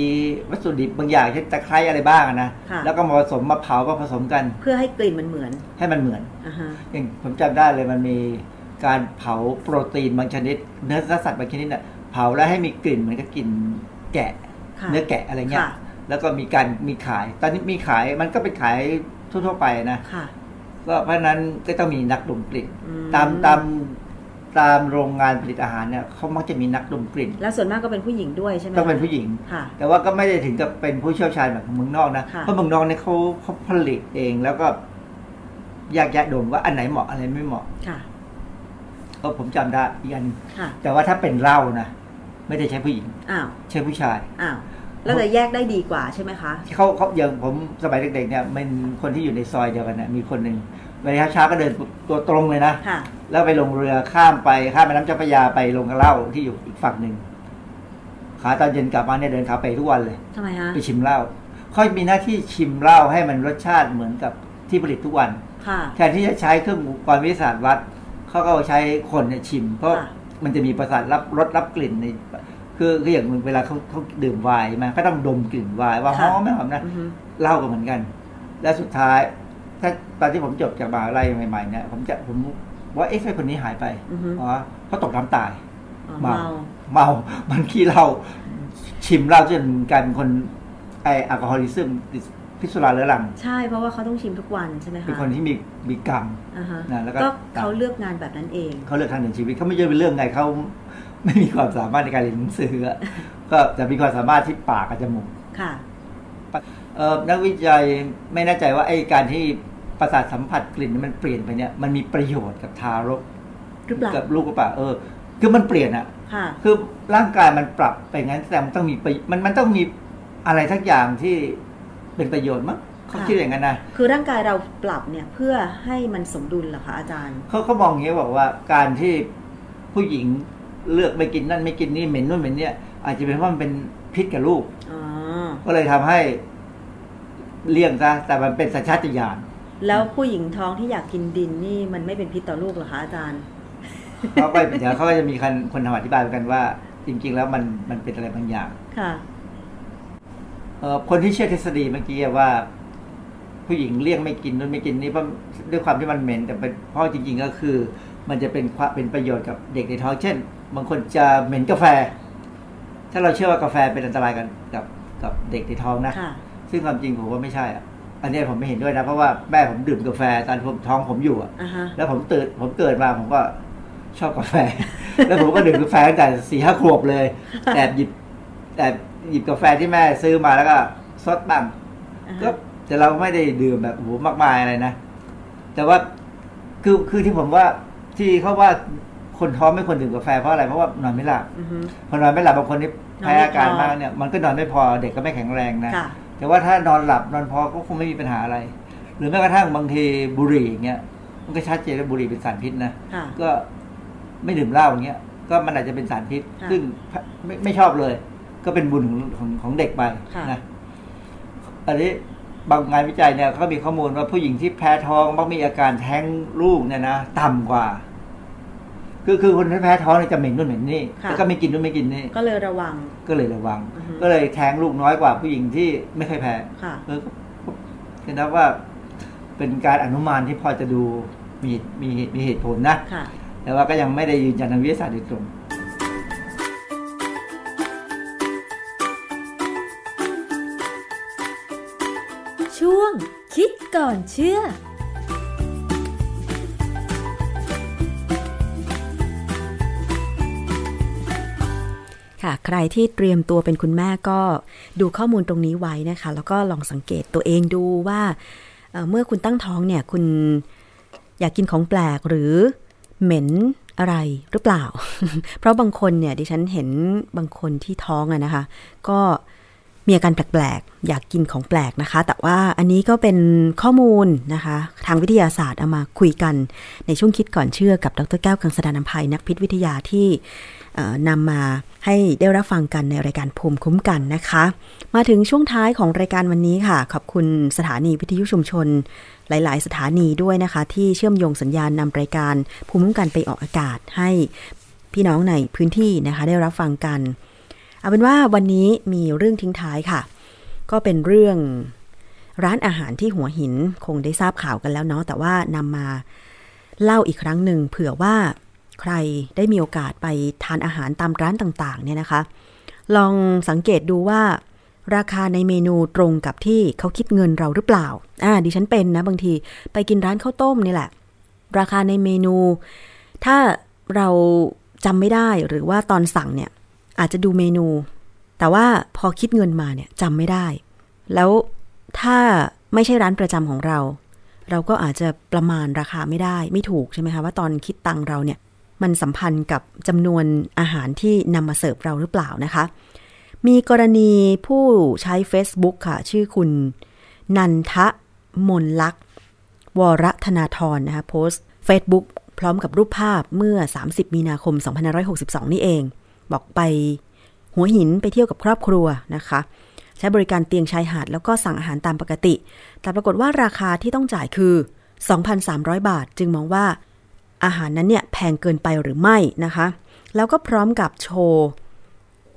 วัตถุดิบบางอย่างเช่นตะไคร้อะไรบ้างอะนะ ค่ะ แล้วก็มาผสมมาเผามาผสมกัน เพื่อให้กลิ่นมันเหมือน ให้มันเหมือน อ่าฮะ อย่างผมจำได้เลยมันมี การเผาโปรตีนบางชนิด เนื้อสัตว์บางชนิดเนี่ยเผาแล้วให้มีกลิ่นเหมือนกับกลิ่นแกะ ค่ะ เนื้อแกะอะไรเงี้ย ค่ะ แล้วก็มีการมีขาย ตอนนี้มีขายมันก็เป็นขายทั่วๆไปนะ ค่ะ ก็เพราะฉะนั้นก็ต้องมีนักดมกลิ่น อืม ตามตามตามโรงงานผลิตอาหารเนี่ยเขามักจะมีนักดมกลิ่น แล้วส่วนมากก็เป็นผู้หญิงด้วยใช่ไหม ต้องเป็นผู้หญิง ค่ะ แต่ว่าก็ไม่ได้ถึงกับเป็นผู้เชี่ยวชาญแบบของเมืองนอกนะ ค่ะ เพราะเมืองนอกเนี่ยเขาเขาผลิตเองแล้วก็แยกแยะดมว่าอันไหนเหมาะอะไรไม่เหมาะ ค่ะ ก็ผมจำได้อีกอัน ค่ะ แต่ว่าถ้าเป็นเหล้านะไม่ได้ใช้ผู้หญิง อ้าว ใช้ผู้ชาย อ้าวแล้วจะแยกได้ดีกว่าใช่ไหมคะ ที่เขาเขาอย่างผมสมัยเด็กๆเนี่ยมันคนที่อยู่ในซอยเดียวกันเนี่ยมีคนหนึ่งเวลาเช้าก็เดินตัวตรงเลยนะ ค่ะ แล้วไปลงเรือข้ามไปข้ามแม่น้ำเจ้าพระยาไปลงเหล้าที่อยู่อีกฝั่งหนึ่งขาตอนเย็นกลับมาเนี่ยเดินขาไปทุกวันเลย ทำไมฮะ ไปชิมเหล้าเขามีหน้าที่ชิมเหล้าให้มันรสชาติเหมือนกับที่ผลิตทุกวัน ค่ะ แทนที่จะใช้เครื่องอุปกรณ์วิทยาศาสตร์วัดเขาก็เอาใช้คนเนี่ยชิม เพราะ ค่ะ มันจะมีประสาทรับรสรับกลิ่นในคือคืออย่างเวลาเขาเขาดื่มไวน์มาก็ต้องดมกลิ่นไวน์ว่าหอมไหมหอมนะ อือฮึ เล่ากันเหมือนกัน และสุดท้าย ถ้าตอนที่ผมจบจากมหาวิทยาลัยใหม่ๆเนี่ยผมจะผมว่าเอ๊ะทำไมคนนี้หายไป อือฮึ อ๋อเขาตกน้ำตาย อ๋อ เมา เมา เมา มันขี้เหล้าชิมเหล้าจนกลายเป็นคนไอแอลกอฮอลิซึมพิษสุราเรื้อรัง ใช่เพราะว่าเขาต้องชิมทุกวันใช่ไหมคะ เป็นคนที่มีมีกรรม อ่าฮะ นะแล้วก็ ก็เขาเลือกงานแบบนั้นเอง เขาเลือกทางเดินชีวิตเขาไม่ใช่เป็นเรื่องไงเขา ไม่มีความสามารถในการเรียนหนังสืออะ ก็แต่มีความสามารถที่ปากกับจมูก ค่ะ เอ่อนักวิจัยไม่แน่ใจว่าไอ้การที่ประสาทสัมผัสกลิ่นมันเปลี่ยนไปเนี่ยมันมีประโยชน์กับทารก หรือเปล่า กับลูกหรือเปล่าเออ คือมันเปลี่ยนอะ ค่ะ คือร่างกายมันปรับไปงั้นแต่มันต้องมีประมันมันต้องมีอะไรทักอย่างที่เป็นประโยชน์มั้งเขา ค่ะ คิดอย่างนั้นนะ คือร่างกายเราปรับเนี่ยเพื่อให้มันสมดุลเหรอคะอาจารย์ เขาเขามองอย่างนี้บอกว่าการที่ผู้หญิงเลือกไม่กินนั่นไม่กินนี่เหม็นนู่นเหม็นเนี่ยอาจจะเป็นเพราะมันเป็นพิษกับลูก อ๋อ ก็เลยทำให้เลี่ยงซะแต่มันเป็นสัญชาตญาณ แล้วผู้หญิงท้องที่อยากกินดินนี่มันไม่เป็นพิษต่อลูกเหรอคะอาจารย์ เขาก็เดี๋ยวเขาก็จะมีคนคนทำอธิบายเหมือนกันว่า จริง ๆ แล้วมันมันเป็นอะไรบางอย่าง ค่ะ เอ่อคนที่เชื่อทฤษฎีเมื่อกี้อะว่า ผู้หญิงเลี่ยงไม่กินนู่นไม่กินนี่เพราะด้วยความที่มันเหม็น แต่เป็นเพราะจริง ๆ ก็คือ มันจะเป็นความเป็นประโยชน์กับเด็กในท้องเช่น บางคนจะเหม็นกาแฟ ถ้าเราเชื่อว่ากาแฟเป็นอันตรายกันกับกับเด็กในท้องนะ ค่ะ ซึ่งความจริงผมว่าไม่ใช่อะอันเนี้ยผมไม่เห็นด้วยนะ เพราะว่าแม่ผมดื่มกาแฟตอนผมท้องผมอยู่อะ อ่าฮะ แล้วผมตื่นผมเกิดมาผมก็ชอบกาแฟ แล้วผมก็ดื่มกาแฟตั้งแต่สี่ห้าขวบเลย แอบหยิบแอบหยิบกาแฟที่แม่ซื้อมาแล้วก็ซดบ้าง อ่าฮะ ก็แต่เราไม่ได้ดื่มแบบโอ้โหมากมายอะไรนะ แต่ว่าคือคือที่ผมว่าที่เขาว่าคนท้องไม่ควรดื่มกาแฟเพราะอะไรเพราะว่านอนไม่หลับ อือฮึ พอนอนไม่หลับบางคนนี่ นอนไม่ แพ้อาการ พอ มากเนี่ย มันก็นอนไม่พอเด็กก็ไม่แข็งแรงนะ ค่ะ แต่ว่าถ้านอนหลับนอนพอก็คงไม่มีปัญหาอะไร หรือแม้กระทั่งบางทีบุหรี่อย่างเงี้ยมันก็ชัดเจนว่าบุหรี่เป็นสารพิษนะ ค่ะ ก็ไม่ดื่มเหล้าอย่างเงี้ยก็มันอาจจะเป็นสารพิษ ค่ะ ซึ่งไม่ไม่ชอบเลย ก็เป็นบุญของของของเด็กไป ค่ะ นะอันนี้บางงานวิจัยเนี่ยเขามีข้อมูลว่าผู้หญิงที่แพ้ท้องมักมีอาการแท้งลูกเนี่ยนะต่ำกว่า คือคือคนที่แพ้ท้องเนี่ยจะเหม็นนู่นเหม็นนี่แล้วก็ไม่กินนู่นไม่กินนี่ ก็เลยระวัง ก็เลยระวัง อือฮึ ก็เลยแท้งลูกน้อยกว่าผู้หญิงที่ไม่เคยแพ้ ค่ะ เออก็ก็ก็นับว่าเป็นการอนุมานที่พอจะดูมีมีมีเหตุผลนะ ค่ะ แต่ว่าก็ยังไม่ได้ยืนยันทางวิทยาศาสตร์โดยตรง ช่วงคิดก่อนเชื่อ ค่ะ ใครที่เตรียมตัวเป็นคุณแม่ก็ดูข้อมูลตรงนี้ไว้นะคะ แล้วก็ลองสังเกตตัวเองดูว่าเอ่อเมื่อคุณตั้งท้องเนี่ยคุณอยากกินของแปลกหรือเหม็นอะไรหรือเปล่า เพราะบางคนเนี่ยดิฉันเห็นบางคนที่ท้องอะนะคะ ก็มีอาการแปลกๆ อยากกินของแปลกนะคะ แต่ว่าอันนี้ก็เป็นข้อมูลนะคะ ทางวิทยาศาสตร์เอามาคุยกันในช่วงคิดก่อนเชื่อกับดรแก้วกังสดานนภัยนักพิษวิทยาที่ เอ่อนำมาให้ได้รับฟังกันในรายการภูมิคุ้มกันนะคะ มาถึงช่วงท้ายของรายการวันนี้ค่ะ ขอบคุณสถานีวิทยุชุมชน หลาย ๆ สถานีด้วยนะคะ ที่เชื่อมโยงสัญญาณนำรายการภูมิคุ้มกันไปออกอากาศให้พี่น้องในพื้นที่นะคะ ได้รับฟังกัน เอาเป็นว่าวันนี้มีเรื่องทิ้งท้ายค่ะ ก็เป็นเรื่องร้านอาหารที่หัวหินคงได้ทราบข่าวกันแล้วเนาะแต่ว่านำมา เล่าอีกครั้งหนึ่งเผื่อว่า ใครได้มีโอกาสไปทานอาหารตามร้านต่างๆเนี่ยนะคะ ลองสังเกตดูว่า ราคาในเมนูตรงกับที่เขาคิดเงินเราหรือเปล่า อ่า ดิฉันเป็นนะบางทีไปกินร้านข้าวต้มนี่แหละ ราคาในเมนู ถ้าเราจำไม่ได้หรือว่าตอนสั่งเนี่ยอาจจะดูเมนู แต่ว่าพอคิดเงินมาเนี่ยจำไม่ได้ แล้วถ้าไม่ใช่ร้านประจำของเรา เราก็อาจจะประมาณราคาไม่ได้ ไม่ถูกใช่ไหมคะว่าตอนคิดตังค์เราเนี่ย มันสัมพันธ์กับจำนวนอาหารที่นำมาเสิร์ฟเราหรือเปล่านะคะ มีกรณีผู้ใช้ Facebook ค่ะ ชื่อคุณ นันทะมนลักษณ์วรธนาธรนะคะโพสต์ Facebook พร้อมกับรูปภาพเมื่อ 30 มีนาคม 2562 นี่เอง บอกไปหัวหินไปเที่ยวกับครอบครัวนะคะ ใช้บริการเตียงชายหาดแล้วก็สั่งอาหารตามปกติ แต่ปรากฏว่าราคาที่ต้องจ่ายคือ 2,300 บาท จึงมองว่า อาหารนั้นเนี่ยแพงเกินไปหรือไม่นะคะ แล้วก็พร้อมกับโชว์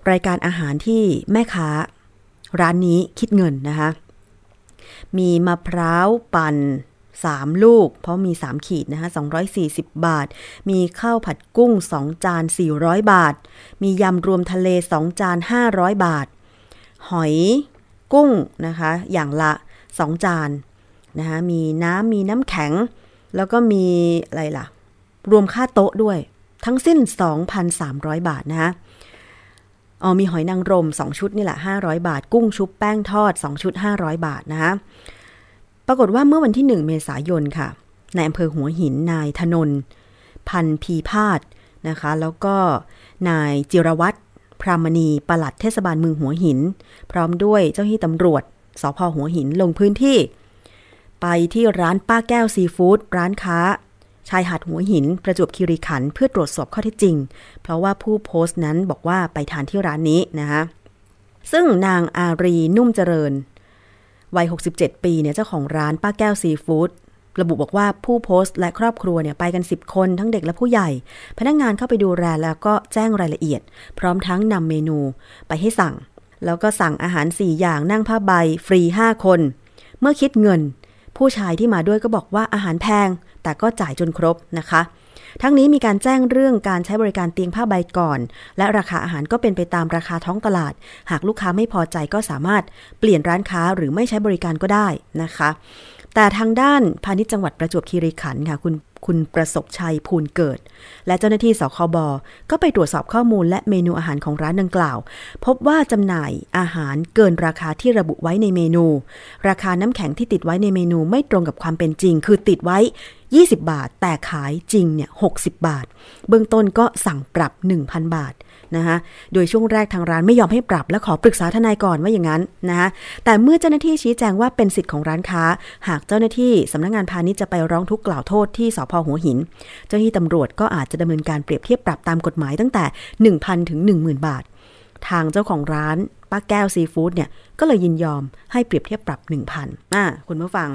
รายการอาหารที่แม่ค้า ร้านนี้คิดเงินนะคะ มีมะพร้าวปั่น 3 ลูก เพราะมี 3 ขีดนะคะ240 บาท มีข้าวผัดกุ้ง 2 จาน 400 บาท มียำรวมทะเล 2 จาน 500 บาท หอยกุ้งนะคะ อย่างละ 2 จานนะคะมีน้ำมีน้ำแข็ง แล้วก็มีอะไรล่ะ รวมค่าโต๊ะด้วย ทั้งสิ้น 2,300 บาทนะคะ อ๋อมีหอยนางรม 2 ชุดนี่แหละ 500 บาท กุ้งชุบแป้งทอด 2 ชุด 500 บาทนะฮะปรากฏว่าเมื่อวันที่ 1 เมษายนค่ะในอำเภอหัวหินนายธนน พันพีพาดนะคะ แล้วก็นายจิรวัตรพรามณีปลัดเทศบาลเมืองหัวหิน พร้อมด้วยเจ้าหน้าที่ตำรวจสพหัวหินลงพื้นที่ ไปที่ร้านป้าแก้วซีฟู้ดร้านค้า ชายหาดหัวหินประจวบคีรีขันธ์เพื่อตรวจสอบข้อเท็จจริง เพราะว่าผู้โพสต์นั้นบอกว่าไปทานที่ร้านนี้นะคะซึ่งนางอารีนุ่มเจริญ วัย 67 ปีเนี่ยเจ้าของร้านป้าแก้วซีฟู้ดระบุบอกว่าผู้โพสต์และครอบครัวเนี่ยไปกัน 10 คนทั้งเด็กและผู้ใหญ่ พนักงงานเข้าไปดูแลแล้วก็แจ้งรายละเอียด พร้อมทั้งนำเมนูไปให้สั่ง แล้วก็สั่งอาหาร 4 อย่างนั่งผ้าใบฟรี 5 คน เมื่อคิดเงิน ผู้ชายที่มาด้วยก็บอกว่าอาหารแพง แต่ก็จ่ายจนครบนะคะ ทั้งนี้มีการแจ้งเรื่องการใช้บริการเตียงผ้าใบก่อน และราคาอาหารก็เป็นไปตามราคาท้องตลาด หากลูกค้าไม่พอใจก็สามารถเปลี่ยนร้านค้าหรือไม่ใช้บริการก็ได้นะคะ แต่ทางด้านพาณิชย์จังหวัดประจวบคีรีขันธ์ค่ะคุณคุณประสบชัยภูลเกิด และเจ้าหน้าที่สคบก็ไปตรวจสอบข้อมูลและเมนูอาหารของร้านดังกล่าว พบว่าจำหน่ายอาหารเกินราคาที่ระบุไว้ในเมนู ราคาน้ำแข็งที่ติดไว้ในเมนูไม่ตรงกับความเป็นจริง คือติดไว้ 20 บาท แต่ขายจริงเนี่ย60 บาท เบื้องต้นก็สั่งปรับ 1,000 บาทนะคะโดยช่วงแรกทางร้านไม่ยอมให้ปรับและขอปรึกษาทนายก่อนว่าอย่างนั้นนะคะแต่เมื่อเจ้าหน้าที่ชี้แจงว่าเป็นสิทธิ์ของร้านค้า หากเจ้าหน้าที่สำนักงานพาณิชย์จะไปร้องทุกข์กล่าวโทษที่สพหัวหิน เจ้าหน้าที่ตำรวจก็อาจจะดำเนินการเปรียบเทียบปรับตามกฎหมายตั้งแต่ 1,000 ถึง 10,000 บาท ทางเจ้าของร้านป้าแก้วซีฟู้ดเนี่ยก็เลยยินยอมให้เปรียบเทียบปรับ 1,000อ่าคุณผู้ฟัง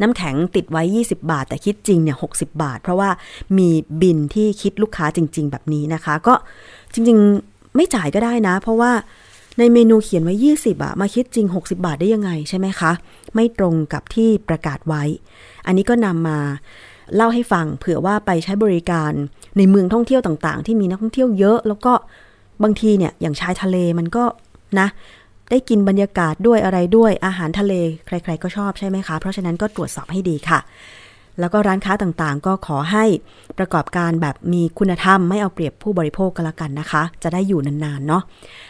น้ำแข็งติดไว้ 20 บาท แต่คิดจริงเนี่ย60 บาท เพราะว่ามีบินที่คิดลูกค้าจริง ๆ แบบนี้นะคะ ก็จริง ๆ ไม่จ่ายก็ได้นะ เพราะว่าในเมนูเขียนไว้ 20อะมาคิดจริง 60 บาทได้ยังไงใช่ไหมคะ ไม่ตรงกับที่ประกาศไว้ อันนี้ก็นำมาเล่าให้ฟังเผื่อว่าไปใช้บริการในเมืองท่องเที่ยวต่างๆ ที่มีนักท่องเที่ยวเยอะ แล้วก็บางทีเนี่ยอย่างชายทะเลมันก็นะ ได้กินบรรยากาศด้วยอะไรด้วยอาหารทะเลใคร ๆ ก็ชอบใช่ไหมคะ เพราะฉะนั้นก็ตรวจสอบให้ดีค่ะ แล้วก็ร้านค้าต่างๆ ก็ขอให้ประกอบการแบบมีคุณธรรมไม่เอาเปรียบผู้บริโภคก็แล้วกันนะคะ จะได้อยู่นานๆเนาะ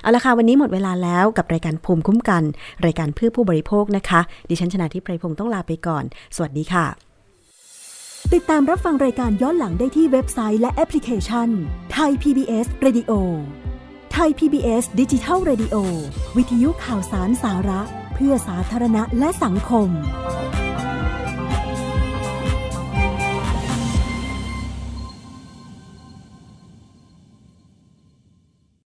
เอาละค่ะวันนี้หมดเวลาแล้วกับรายการภูมิคุ้มกัน รายการเพื่อผู้บริโภคนะคะ ดิฉันชนะทิพไพรพงศ์ต้องลาไปก่อน สวัสดีค่ะ ติดตามรับฟังรายการย้อนหลังได้ที่เว็บไซต์และแอปพลิเคชันไทย PBS Radio ไทย PBS ดิจิทัล Radio วิทยุข่าวสารสาระ เพื่อสาธารณะและสังคม